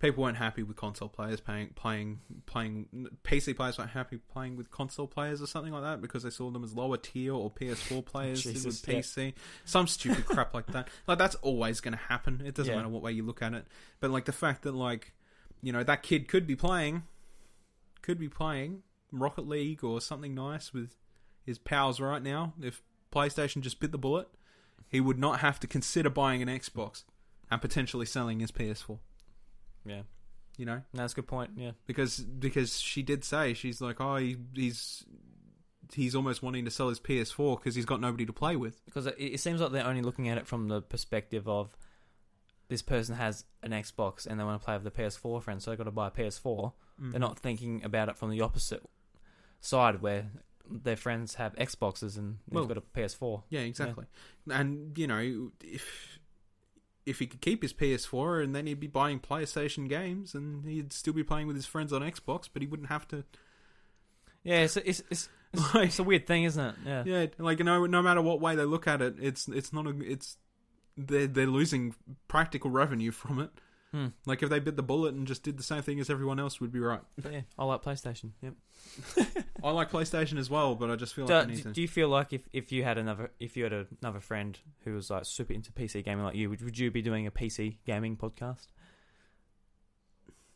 People weren't happy with console players paying, playing, playing. PC players weren't happy playing with console players or something like that because they saw them as lower tier or PS4 players who
Jesus,
with
yeah.
PC. Some stupid crap like that. Like that's always going to happen. It doesn't
Yeah.
matter what way you look at it. But like the fact that like you know that kid could be playing, could be playing Rocket League or something nice with his pals right now. If PlayStation just bit the bullet, he would not have to consider buying an Xbox and potentially selling his PS4.
Yeah.
You know,
No, that's a good point. Yeah.
because because she did say she's like, oh, he, he's he's almost wanting to sell his PS4 because he's got nobody to play with.
because it, it seems like they're only looking at it from the perspective of this person has an Xbox and they want to play with the PS4 friends, so they got to buy a PS4.
Mm.
They're not thinking about it from the opposite side where their friends have Xboxes and they've
Well-
got a PS4.
Yeah, exactly. And you know, if if he could keep his PS4 and then he'd be buying PlayStation games and he'd still be playing with his friends on Xbox, but he wouldn't have to.
Yeah, it's it's it's, it's,
Like-
it's a weird thing, isn't it? Yeah.
Yeah, like no, no matter what way they look at it, it's it's not a it's they're they're losing practical revenue from it.
Hmm.
Like if they bit the bullet and just did the same thing as everyone else, would be right.
But yeah, I like PlayStation. Yep.
I like PlayStation as well, but I just feel like I
Do,
need
do,
to.
do you feel like if, if you had another if you had another friend who was like super into PC gaming like you, would, would you be doing a PC gaming podcast?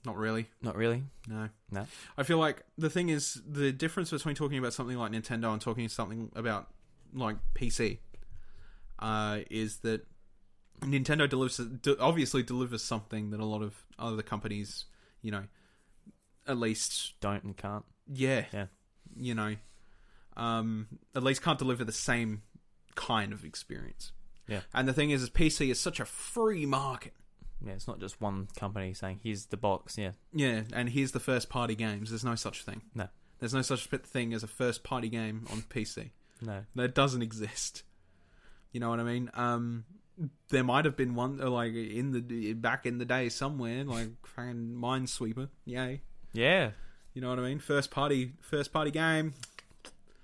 Not really.
Not really.
No.
No?
I feel like the thing is the difference between talking about something like Nintendo and talking something about like PC uh, is that Nintendo delivers de- obviously delivers something that a lot of other companies, you know, at least
Don't and can't.
yeah,
Yeah.
you know, um, at least can't deliver the same kind of experience.
Yeah.
And the thing is, is PC is such a free market.
Yeah, it's not just one company saying here's the box. Yeah,
Yeah, and here's the first party games. There's no such thing.
No.
There's no such bit- thing as a first party game on PC.
no,
That doesn't exist. You know what I mean? Um there might have been one uh, like in the back in the day somewhere like fucking Minesweeper. Yay.
yeah.
You know what I mean? First party first party game.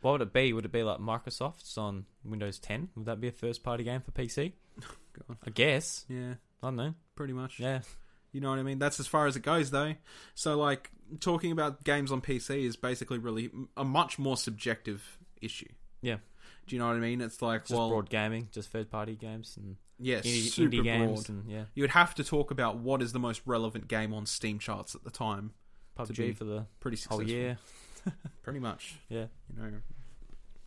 What would it be? Would it be like Microsoft's on Windows 10? Would that be a first party game for PC?
God.
I guess.
Yeah,
I don't know.
pretty much.
Yeah,
You know what I mean? That's as far as it goes, though. So, like, talking about games on PC is basically really a much more subjective issue.
Yeah.
Do you know what I mean? It's like,
it's just
well,
broad gaming, just third party games and
yes,
indie,
super
indie games
broad.
and yeah,
You would have to talk about what is the most relevant game on Steam charts at the time.
PUBG
be
for the
Pretty
whole
successful.
year.
Pretty much.
Oh, Yeah.
You know.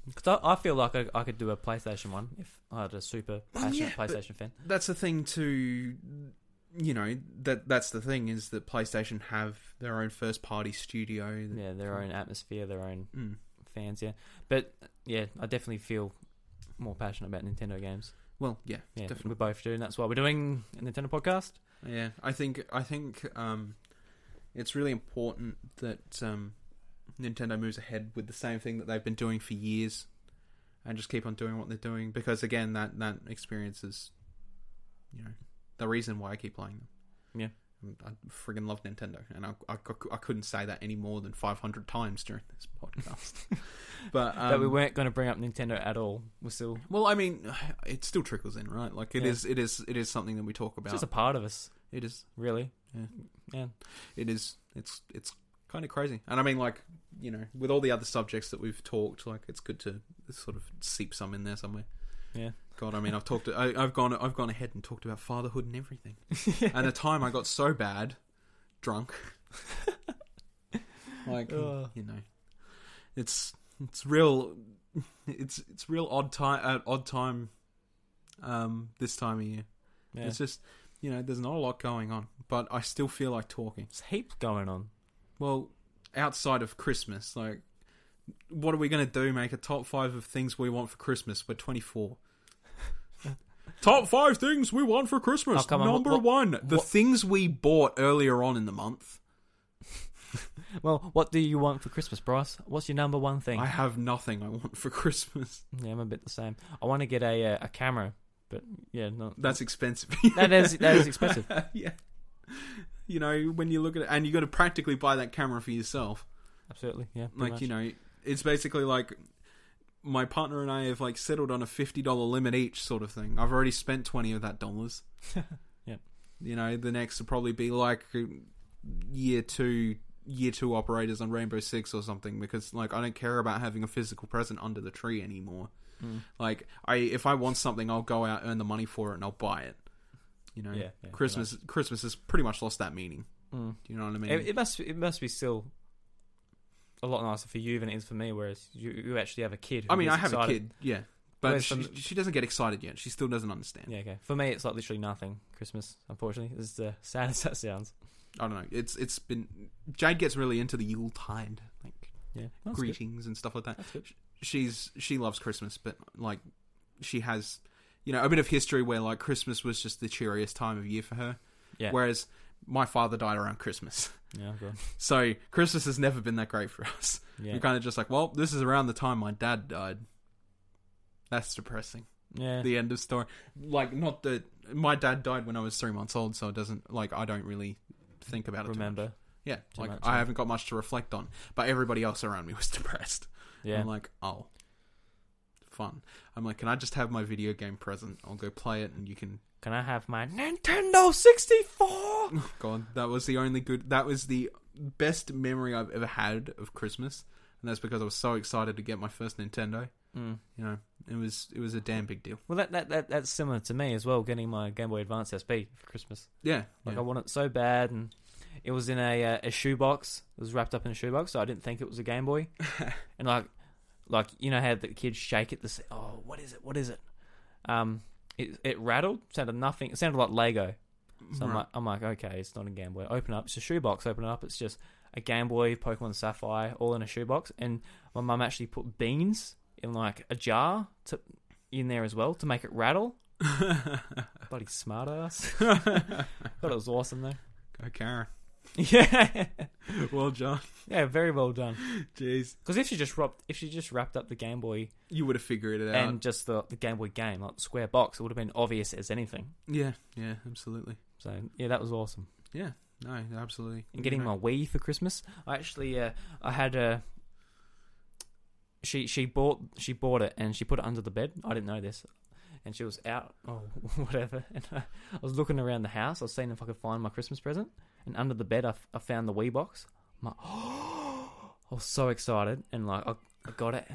Because I, I feel like I, I could do a PlayStation one if I had a super
Well, yeah,
passionate
but-
PlayStation fan.
that's the thing to you know that that's the thing is that PlayStation have their own first party studio.
Yeah, their own atmosphere, their own
Mm.
fans. Yeah, but yeah, I definitely feel more passionate about Nintendo games.
Well, yeah,
Yeah,
Definitely.
we both do, and that's why we're doing a Nintendo podcast.
Yeah, I think I think um, it's really important that um, Nintendo moves ahead with the same thing that they've been doing for years, and just keep on doing what they're doing because again that that experience is you know the reason why I keep playing them. Um,
Yeah.
I friggin' love Nintendo, and I, I, I couldn't say that any more than 500 times during this podcast. but um,
that we weren't going to bring up Nintendo at all. We're still
well, I mean, it still trickles in, right? Like it
Yeah.
is, it is, it is something that we talk
it's
about.
just a part of us,
it is,
really.
it is, it's, it's kind of crazy. And I mean, like you know, with all the other subjects that we've talked, like it's good to sort of seep some in there somewhere.
Yeah.
God, I mean, I've talked, I, I've gone, I've gone ahead and talked about fatherhood and everything. And the time I got so bad, drunk, like
Ugh.
you know, it's it's real, it's it's real odd time, uh, odd time, um, this time of year.
Yeah.
It's just, you know, there's not a lot going on, but I still feel like talking.
There's heaps going on.
Well, outside of Christmas, like, what are we going to do? Make a top five of things we want for Christmas? We're 24. top five things we want for Christmas.
Oh, come on,
Number
what-
one, the
what-
things we bought earlier on in the month.
Well, what do you want for Christmas, Bryce? What's your number one thing?
I have nothing I want for Christmas.
Yeah, I'm a bit the same. I want to get a uh, a camera, but yeah, no,
That's expensive.
that is that is expensive.
yeah. You know, when you look at it, and you got to practically buy that camera for yourself.
Absolutely, yeah. pretty
like
much.
you know it's basically like my partner and i have like settled on a $50 limit each sort of thing i've already spent 20 of that dollars
Yep.
you know the next will probably be like year two year two operators on rainbow six or something because like i don't care about having a physical present under the tree anymore
Mm.
like i if i want something i'll go out earn the money for it and i'll buy it you know
Yeah, yeah, pretty
christmas christmas has pretty much lost that meaning
Mm.
do you know what i mean
It, it must it must be still a lot nicer for you than it is for me. Whereas you, you actually have a kid. who
I mean,
is
I have
excited.
a kid, yeah, but
Whereas
she,
from-
she doesn't get excited yet. She still doesn't understand.
Yeah, okay. For me, it's like literally nothing. Christmas, unfortunately, as uh, sad as that sounds.
I don't know. It's it's been Jade gets really into the Yule tide, like
Yeah, that's good.
greetings and stuff like that.
That's good.
She's she loves Christmas, but like she has, you know, a bit of history where like Christmas was just the cheeriest time of year for her.
Yeah.
Whereas my father died around Christmas,
Yeah, good.
so Christmas has never been that great for us.
Yeah,
We're kind of just like, well, this is around the time my dad died. That's depressing.
yeah.
the end of story. Like, not that my dad died when I was three months old, so it doesn't like I don't really think about it. too much.
remember?
yeah,
too
like
much,
I
yeah.
haven't got much to reflect on. But everybody else around me was depressed.
Yeah,
I'm like, oh, fun. I'm like, can I just have my video game present? I'll go play it, and you can.
Can I have my Nintendo 64?
God, that was the only good. That was the best memory I've ever had of Christmas, and that's because I was so excited to get my first Nintendo.
Mm.
You know, it was it was a damn big deal.
Well, that, that, that that's similar to me as well, getting my Game Boy Advance SP for Christmas.
Yeah,
Like,
yeah.
I want it so bad, and it was in a uh, a shoebox. It was wrapped up in a shoebox, so I didn't think it was a Game Boy. and, like, like you know how the kids shake it to say, oh, what is it? What is it? Um, it, it rattled, sounded nothing. It sounded like Lego. So I'm
Right.
like, I'm like, okay, it's not a Game Boy. Open up, it's a shoebox. Open it up, it's just a Game Boy, Pokemon Sapphire, all in a shoebox. And my mum actually put beans in like a jar to, in there as well to make it rattle. Bloody smart ass. Thought it was awesome though.
Go Karen.
Yeah,
Well, John,
yeah, very well done.
jeez,
Because if she just wrapped, if she just wrapped up the Game Boy
you would have figured it out.
and just the, the Game Boy game, like the square box, it would have been obvious as anything.
yeah, yeah, absolutely.
So yeah, that was awesome.
Yeah, no, absolutely.
and getting
You know,
my Wii for Christmas. I actually, uh, I had a. She she bought she bought it and she put it under the bed. I didn't know this, and she was out or whatever. And I, I was looking around the house. I was seeing if I could find my Christmas present. And under the bed, I, f- I found the Wii box. I'm like, I was so excited and like I, I got it,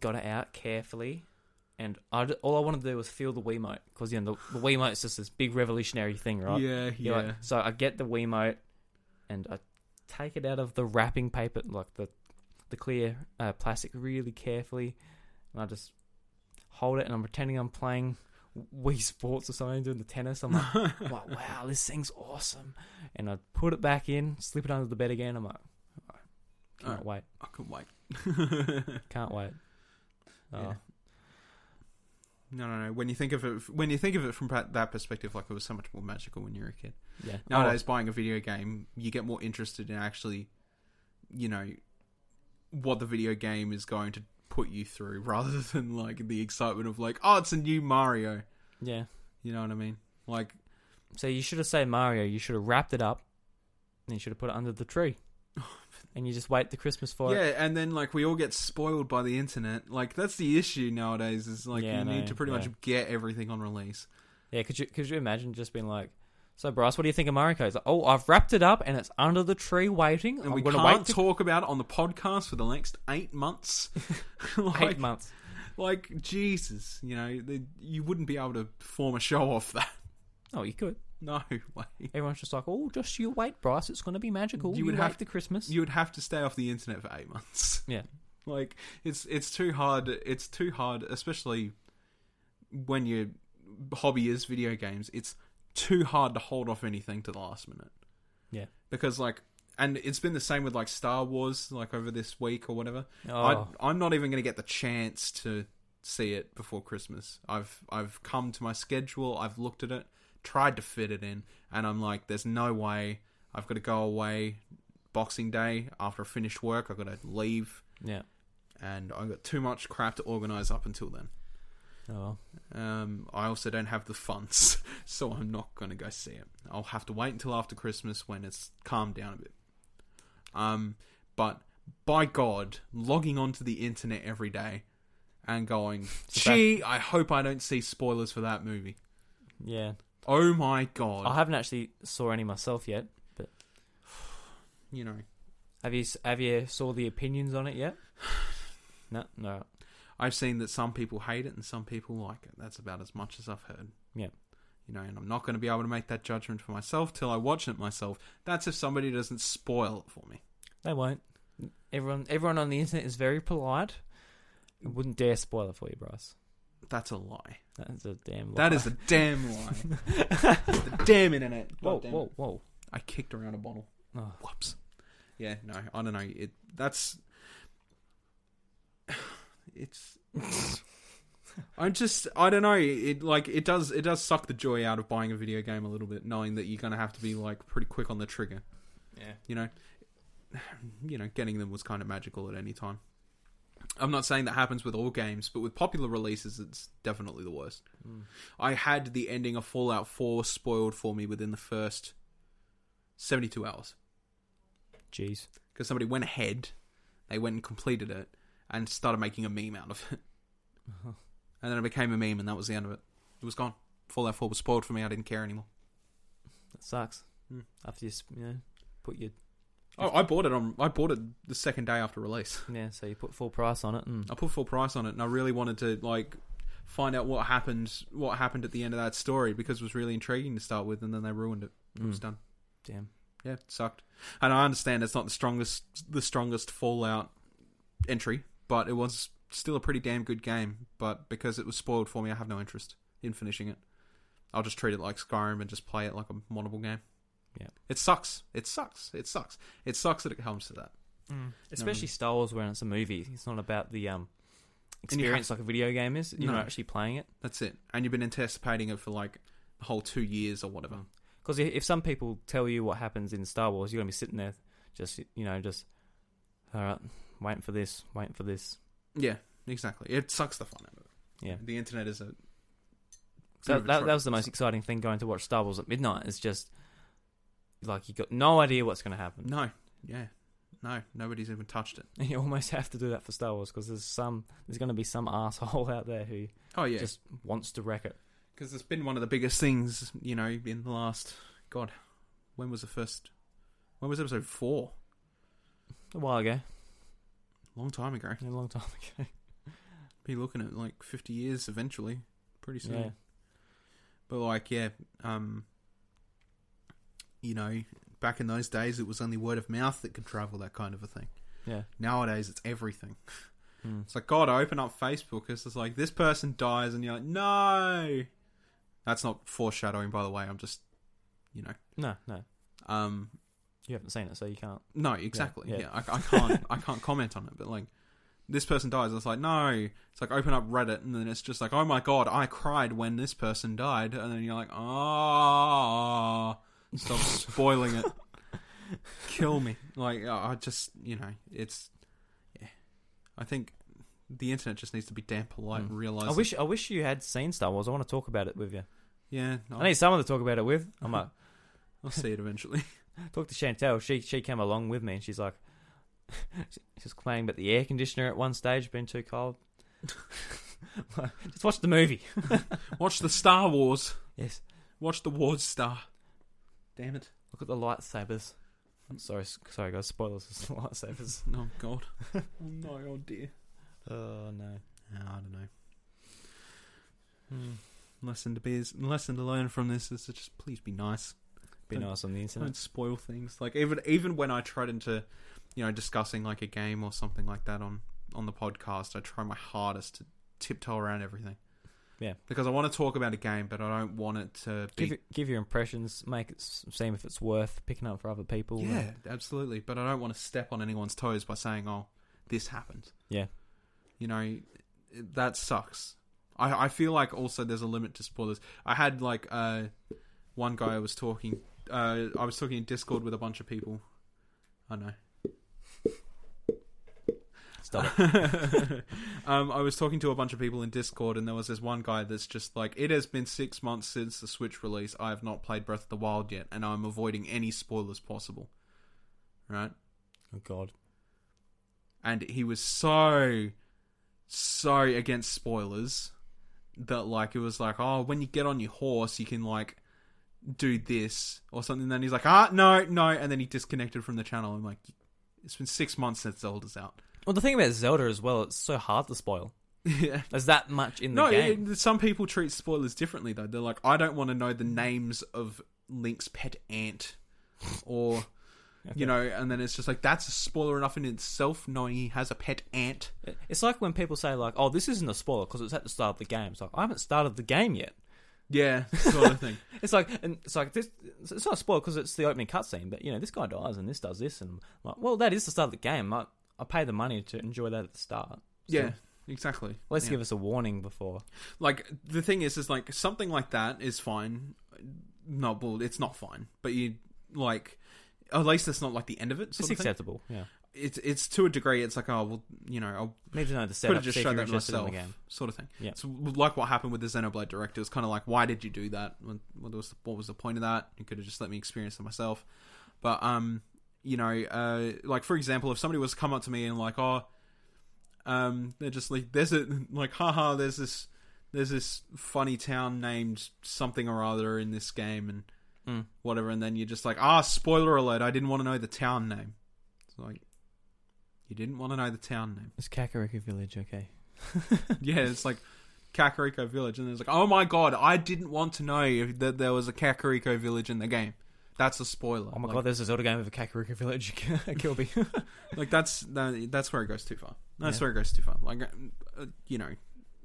got it out carefully. And I, d- all I wanted to do was feel the Wiimote because you know the, the Wiimote's just this big revolutionary thing, right?
Yeah, yeah.
Yeah. like- so I get the Wiimote and I take it out of the wrapping paper, like the the clear uh, plastic, really carefully, and I just hold it and I'm pretending I'm playing Wii Sports or something, doing the tennis. I'm like, I'm like, wow, this thing's awesome, and I put it back in, slip it under the bed again. I'm like, "Alright, can't wait,
I can wait.
can't wait. Oh,
Yeah. No, no, no. When you think of it, when you think of it from that that perspective, like it was so much more magical when you were a kid.
yeah.
Nowadays, buying a video game, you get more interested in actually, you know, what the video game is going to put you through rather than like the excitement of like, oh, it's a new
Oh,
Mario.
Yeah.
You know what I mean? Like,
So you should have said Mario. You should have wrapped it up, and you should have put it under the tree, and you just wait the Christmas for it.
yeah, and then like we all get spoiled by the internet. Like that's the issue nowadays. Is like
Yeah, I
you
know,
need to pretty
yeah.
much get everything on release.
Yeah. Could you could you imagine just being like, so Bryce, what do you think of Mario Kart? He's like, oh, I've wrapped it up and it's under the tree waiting. Oh,
And
I'm
we
gonna wait
can't talk about it on the podcast for the next eight months.
for
like,
eight months.
like Jesus, you know, the, you wouldn't be able to form a show off that.
Oh, you could.
No way.
Everyone's just like, oh, just you wait, Bryce. It's gonna be magical. You,
You would
wait
have-
the Christmas.
You would have to stay off the internet for eight months.
yeah.
Like it's it's too hard. It's too hard, especially when your hobby is video games. It's too hard to hold off anything to the last minute.
Yeah.
because like, and it's been the same with like Star Wars, like over this week or whatever.
Oh.
I, I'm not even going to get the chance to see it before Christmas. I've I've come to my schedule. I've looked at it, tried to fit it in, and I'm like, there's no way. I've got to go away Boxing Day after I finish work. I've got to leave,
Yeah.
and I've got too much crap to organize up until then.
Oh. well.
Um, I also don't have the funds, so I'm not going to go see it. I'll have to wait until after Christmas when it's calmed down a bit. Um, but by God, logging onto the internet every day and going, gee, I hope I don't see spoilers for that movie.
Yeah.
Oh my God.
I haven't actually saw any myself yet. But
you know,
have you s- have you saw the opinions on it yet? No. No.
I've seen that some people hate it and some people like it. That's about as much as I've heard.
Yeah.
You know, and I'm not going to be able to make that judgment for myself till I watch it myself. That's if somebody doesn't spoil it for me.
They won't. Everyone, everyone on the internet is very polite. I wouldn't dare spoil it for you, Bryce.
That's a lie.
That's a damn. Lie.
That is a damn lie. the damn internet. God
whoa,
damn it.
whoa, whoa.
I kicked around a bottle.
Oh.
Whoops. Yeah, no, I don't know. It that's it's I'm just I don't know. It like it does it does suck the joy out of buying a video game a little bit, knowing that you're gonna have to be like pretty quick on the trigger.
Yeah.
You know, you know, getting them was kind of magical at any time. I'm not saying that happens with all games, but with popular releases, it's definitely the worst. I had the ending of Fallout 4 spoiled for me within the first 72 hours
Jeez.
because somebody went ahead, they went and completed it, and started making a meme out of it.
Uh-huh.
And then it became a meme, and that was the end of it. It was gone. Fallout 4 was spoiled for me. I didn't care anymore.
That sucks.
Hmm.
After you, s- you know, put your
Oh, I bought it on. I bought it the second day after release.
yeah, so you put full price on it, hmm, and
I put full price on it, and I really wanted to like find out what happened. What happened at the end of that story because it was really intriguing to start with, and then they ruined it. It was
Mm.
done.
damn.
Yeah, it sucked. And I understand it's not the strongest the strongest Fallout entry, but it was still a pretty damn good game. But because it was spoiled for me, I have no interest in finishing it. I'll just treat it like Skyrim and just play it like a moddable game.
Yeah.
It sucks. It sucks. It sucks. It sucks that it comes to that.
Mm. Especially Star Wars, when it's a movie. It's not about the um
And you
experience like a video game is. You're
No.
not actually playing it.
That's it. And you've been anticipating it for like the whole two years or
Mm.
whatever.
Because if some people tell you what happens in Star Wars, you're gonna be sitting there, just you know, just all right, waiting for this, waiting for this.
Yeah, exactly. It sucks the fun out of it.
Yeah.
The internet is a
So
Bit of
that,
a
that
trope.
was the most exciting thing going to watch Star Wars at midnight. It's just like you got no idea what's going to happen.
No. Yeah. No. Nobody's even touched it.
And you almost have to do that for Star Wars because there's some there's going to be some asshole out there who
Oh yeah.
just wants to wreck it.
because it's been one of the biggest things, you know, in the last God, when was the first? When was episode four?
A while ago,
Long time ago.
a long time ago.
Be looking at like fifty years eventually, pretty soon.
Yeah,
But like, yeah, um, you know, back in those days, it was only word of mouth that could travel that kind of a thing.
yeah.
Nowadays, it's everything.
Mm.
It's like God, I open up Facebook, it's just like this person dies, and you're like, no. That's not foreshadowing, by the way. I'm just, you know,
No, no,
um,
you haven't seen it, so you can't.
No, exactly.
yeah.
Yeah, I, I can't. I can't comment on it. But like, this person dies. It's like no. It's like open up Reddit, and then it's just like, oh my god, I cried when this person died, and then you're like, ah, stop spoiling it. Kill me. Like I I just, you know, it's. Yeah, I think the internet just needs to be damn polite and realize.
Hmm. I wish I wish you had seen Star Wars. I want to talk about it with you.
Yeah, I'll,
I need someone to talk about it with. I'm like,
I'll see it eventually.
talk to Chantel. She she came along with me, and she's like, she's complaining about the air conditioner at one stage being too cold. Just watch the movie.
Watch the Star Wars.
Yes.
Watch the Wars Star. Damn it.
Look at the lightsabers. I'm sorry, s- sorry guys. Spoilers. it's the lightsabers.
Oh, God. oh, no, oh, dear.
Oh no.
I don't know. Hmm. Lesson to, be is, lesson to learn from this is to just please be nice.
Be
Don't-
nice on the internet.
Don't spoil things. Like even even when I tried into, you know, discussing like a game or something like that on on the podcast, I try my hardest to tiptoe around everything.
Yeah.
because I want to talk about a game, but I don't want it to be.
Give, give your impressions. Make it s- seem if it's worth picking up for other people.
yeah, absolutely. But I don't want to step on anyone's toes by saying, "Oh, this happened."
Yeah.
you know, that sucks. I I feel like also there's a limit to spoilers. I had like uh, one guy I was talking. Uh, I was talking in Discord with a bunch of people. I know.
Stop it.
um, I was talking to a bunch of people in Discord, and there was this one guy that's just like, "It has been six months since the Switch release. I have not played Breath of the Wild yet, and I'm avoiding any spoilers possible." Right?
Oh God.
And he was so, so against spoilers that like it was like, "Oh, when you get on your horse, you can like do this or something." then he's like, "Ah, no, no," and then he disconnected from the channel. I'm like, "It's been six months since Zelda's out."
Well, the thing about Zelda as well, it's so hard to spoil.
yeah.
There's that much in the
No,
game.
it- some people treat spoilers differently though. They're like, I don't want to know the names of Link's pet ant, or you know, and then it's just like that's a spoiler enough in itself, knowing he has a pet ant.
It's like when people say like, "Oh, this isn't a spoiler because it's at the start of the game." It's like I haven't started the game yet.
Yeah, sort of thing.
It's like and it's like this. It's it's not a spoiler because it's the opening cutscene. But you know, this guy dies and this does this, and I'm like, well, that is the start of the game. I, I pay the money to enjoy that at the start.
yeah, exactly.
Let's
Yeah.
give us a warning before.
like the thing is is like something like that is fine not well it's not fine but you like at least it's not like the end of it
It's
sort of thing.
acceptable. Yeah,
it's it's to a degree it's like oh well you know i'll
need to know the
could
setup.
have just
see if
shown
you're
that
interested
myself,
in the game.
sort of thing.
Yeah.
So, like what happened with the Xenoblade director, it's kind of like, why did you do that? What what was the, what was the point of that? You could have just let me experience it myself. But um, you know, uh, like for example, if somebody was to come up to me and like, oh, um, they're just like, there's a like, haha, there's this, there's this funny town named something or other in this game and
Mm.
whatever, and then you're just like, ah, spoiler alert, I didn't want to know the town name. It's like, you didn't want to know the town name
It's Kakariko Village. Okay.
yeah, it's like Kakariko Village, and it's like, oh my god, I didn't want to know if that there was a Kakariko Village in the game. That's a spoiler.
Oh my
like,
god, there's a Zelda game with a Kakariko Village, Kilby.
Like that's that, that's where it goes too far. That's
Yeah.
where it goes too far. Like, uh, you know,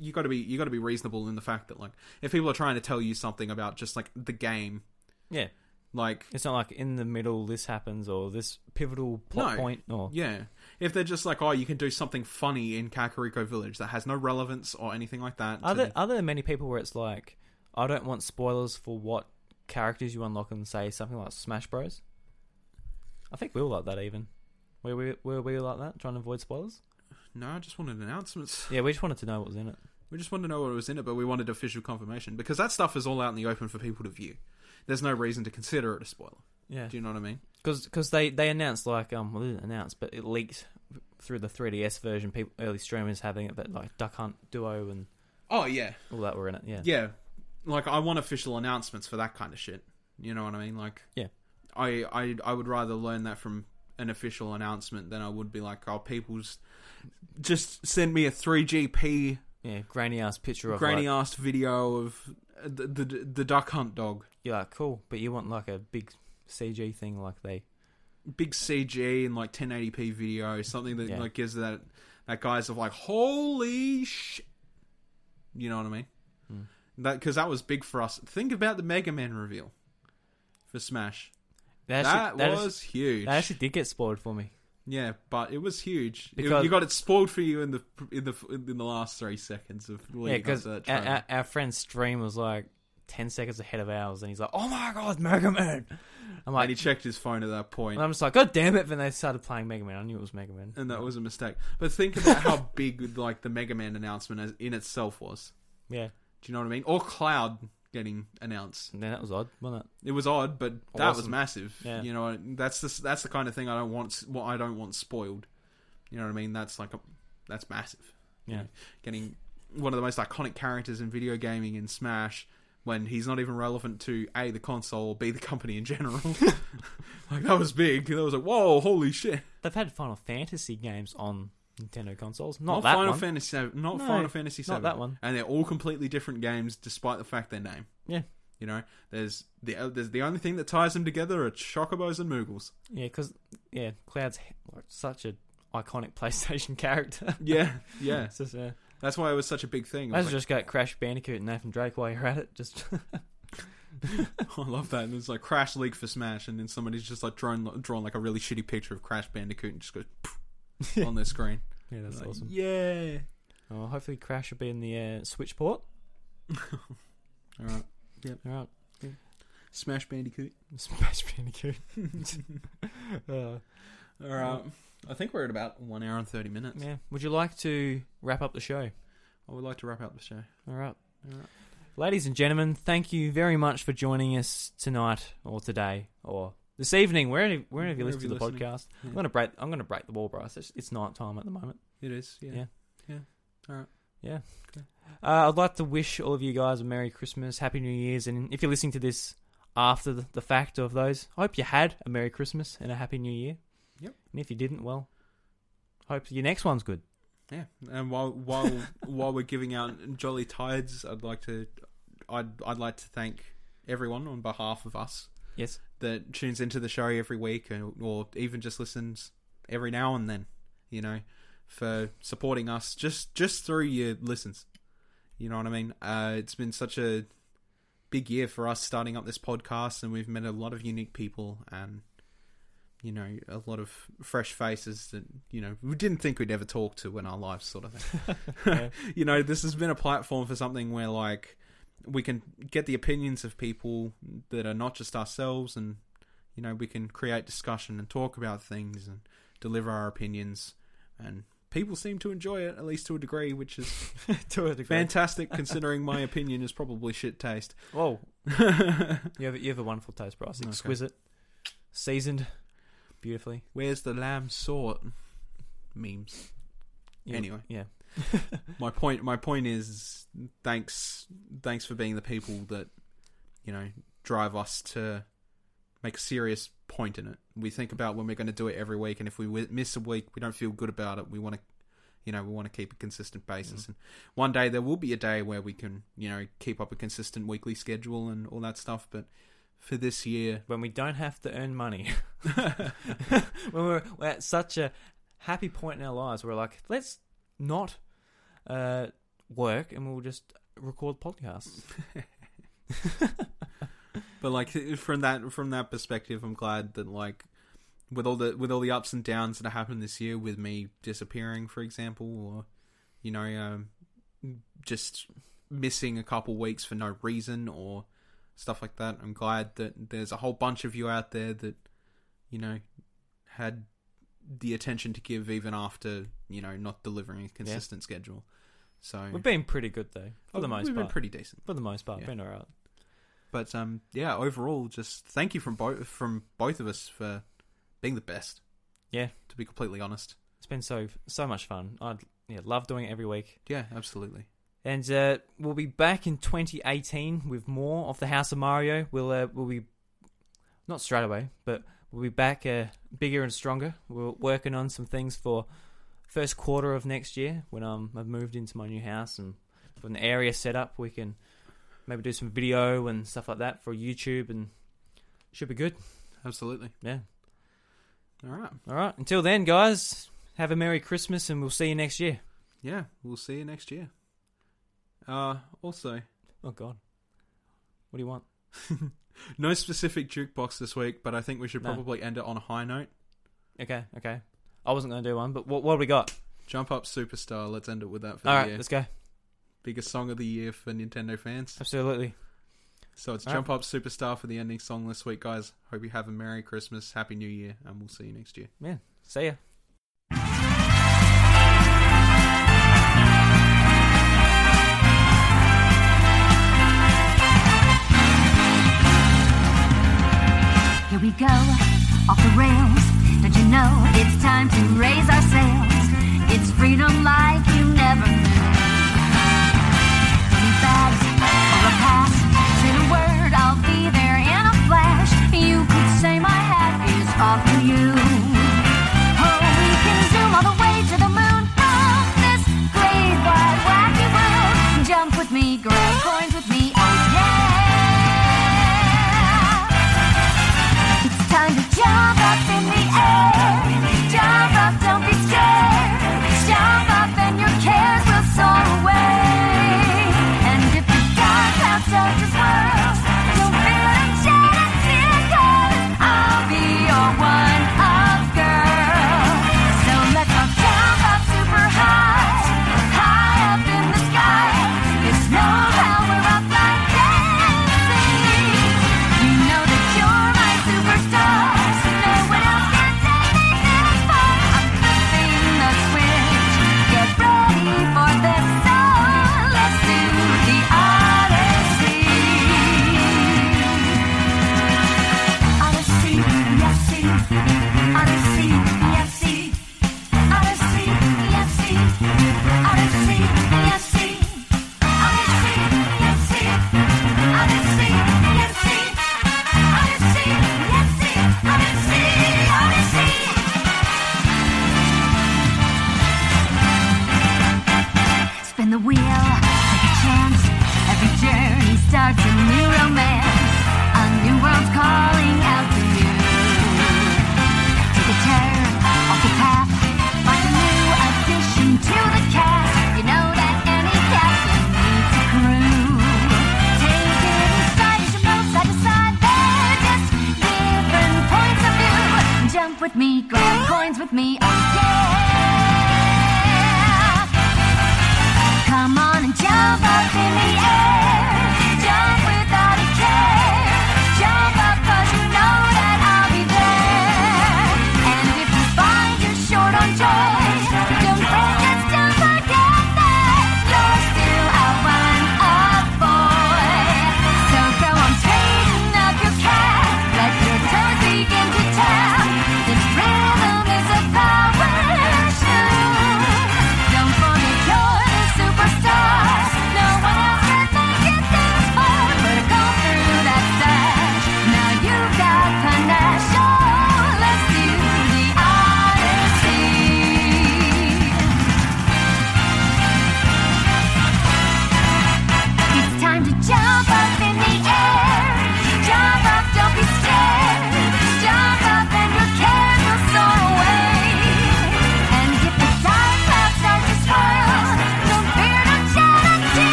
you got to be you got to be reasonable in the fact that like if people are trying to tell you something about just like the game,
yeah,
like
it's not like in the middle this happens or this pivotal plot
No.
point or
Yeah. If they're just like, oh, you can do something funny in Kakariko Village that has no relevance or anything like that. to
Are there,
the-
are there many people where it's like, I don't want spoilers for what characters you unlock and say something like Smash Bros? I think we all like that even. Were we, were we like that, trying to avoid spoilers?
No, I just wanted announcements.
Yeah, we just wanted to know what was in it.
We just wanted to know what was in it, but we wanted official confirmation because that stuff is all out in the open for people to view. There's no reason to consider it a spoiler.
Yeah.
Do you know what I mean?
Because they, they announced, like, um, well, they didn't announce, but it leaked through the 3DS version, people, early streamers having it, but like Duck Hunt Duo and
Oh yeah,
all that were in it, yeah.
yeah. Like I want official announcements for that kind of shit. You know what I mean? Like
Yeah.
I I I would rather learn that from an official announcement than I would be like, oh, people's just send me a 3GP
Yeah, grainy ass picture of
grainy
like,
ass video of uh, the, the the duck hunt dog,
you're like, cool, but you want like a big CG thing like they.
big CG and like 1080p video, something that
Yeah.
like gives that that guys of like holy sh, you know what I mean?
Mm.
That because that was big for us. Think about the Mega Man reveal for Smash.
They
That,
actually- that is-
was huge.
That actually did get spoiled for me.
yeah, but it was huge. You-
Because-
you got it spoiled for you in the in the in the last three seconds of
Yeah,
leading up
because
to
our,
that trailer.
our, our friend Stream was like, ten seconds ahead of ours, and he's like, "Oh my god, Mega Man!" I'm
and
like,
he checked his phone at that point,
and I'm just like, "God damn it!" When they started playing Mega Man, I knew it was Mega Man.
and that was a mistake. But think about how big like the Mega Man announcement as- in itself was.
yeah,
Do you know what I mean? Or Cloud getting announced.
and then that was odd, wasn't it?
It was odd, but that was
Awesome.
massive.
Yeah.
You know, that's the that's the kind of thing I don't want. What I don't want spoiled. You know what I mean? That's like a, that's massive.
Yeah.
Getting one of the most iconic characters in video gaming in Smash when he's not even relevant to a the console, b the company in general. like that was big. That was like whoa, holy shit!
They've had Final Fantasy games on Nintendo consoles, not, that
Final
one.
Fantasy, seven, not
No,
Final Fantasy,
not
seven,
that one.
and they're all completely different games, despite the fact they're named.
Yeah.
You know, there's the uh, there's the only thing that ties them together are chocobos and moogles.
Yeah, because yeah, Cloud's he- like, such a iconic PlayStation character.
Yeah, yeah.
It's just, yeah.
That's why it was such a big thing. I,
Let's
was
just go Crash Bandicoot and Nathan Drake while you're at it. Just
like, oh, I love that. And it's like Crash League for Smash, and then somebody's just like drawn drawn like a really shitty picture of Crash Bandicoot and just goes poof on their screen.
yeah, that's
Like,
awesome.
Yeah.
Oh, hopefully, Crash will be in the uh, Switch port.
All right.
All right.
Smash Bandicoot.
Smash Bandicoot. uh,
All right. I think we're at about one hour and thirty minutes.
yeah. Would you like to wrap up the show?
I would like to wrap up the show.
All right.
All right.
Ladies and gentlemen, thank you very much for joining us tonight or today or this evening, wherever, wherever you
Wherever
listen to
you're
the
listening.
podcast. I'm gonna break. I'm gonna break the wall, Bryce. It's, it's night time at the moment.
It is. Yeah.
Yeah. Uh, I'd like to wish all of you guys a Merry Christmas, Happy New Year's, and if you're listening to this after the, the fact of those, I hope you had a Merry Christmas and a Happy New Year.
Yep.
And if you didn't, well, hope your next one's good.
Yeah, and while while while we're giving out jolly tides, I'd like to, I'd I'd like to thank everyone on behalf of us
Yes.
that tunes into the show every week, and, or even just listens every now and then. You know, for supporting us just just through your listens. You know what I mean? Uh, it's been such a big year for us starting up this podcast, and we've met a lot of unique people and. You know, a lot of fresh faces that you know we didn't think we'd ever talk to in our lives, sort of thing
Yeah.
you know, this has been a platform for something where like we can get the opinions of people that are not just ourselves and you know, we can create discussion and talk about things and deliver our opinions and people seem to enjoy it at least to a degree, which is
to a degree.
fantastic considering my opinion is probably shit taste.
Whoa. You have, you have a wonderful taste, Bryce.
Okay.
Exquisite. Seasoned. Beautifully.
Where's the lamb sort? Memes.
You-
Anyway.
Yeah.
my point my point is thanks thanks for being the people that you know drive us to make a serious point in it we think about when we're going to do it every week and if we wi- miss a week we don't feel good about it we want to you know we want to keep a consistent
Mm.
basis and one day there will be a day where we can you know keep up a consistent weekly schedule and all that stuff but for this year
When we don't have to earn money. when we're, we're at such a happy point in our lives, we're like, let's not uh, work and we'll just record podcasts.
but like from that from that perspective i'm glad that like with all the with all the ups and downs that happened this year with me disappearing for example or you know um, just missing a couple weeks for no reason or stuff like that i'm glad that there's a whole bunch of you out there that you know had the attention to give even after you know not delivering a consistent schedule so
We've been pretty good, though, for the most
we've
part.
been pretty decent
for the most part,
Yeah.
been all right.
but um, yeah, overall, just thank you from both from both of us for being the best.
Yeah.
to be completely honest.
It's been so so much fun. I'd yeah, love doing it every week.
Yeah, absolutely.
And uh, we'll be back in 2018 with more of the House of Mario. We'll uh, we'll be not straight away, but we'll be back uh, bigger and stronger. We're working on some things for first quarter of next year when um, I've moved into my new house and with an area set up, we can maybe do some video and stuff like that for YouTube and should be good.
Absolutely.
Yeah.
All right.
All right. Until then, guys, have a merry Christmas and we'll see you next year.
Yeah, we'll see you next year. Uh, also,
Oh God, what do you want?
no specific jukebox this week, but I think we should
No.
probably end it on a high note.
Okay, okay. I wasn't going to do one, but what what have we got?
Jump up, superstar. Let's end it with that for
All
the
right,
year.
let's go.
Biggest song of the year for Nintendo fans.
Absolutely.
So it's
All right.
Jump Up Superstar for the ending song this week, guys. Hope you have a Merry Christmas, Happy New Year, and we'll see you next year.
Yeah. See ya.
Here we go, off the rails. Don't you know it's time to race? Oh, oh,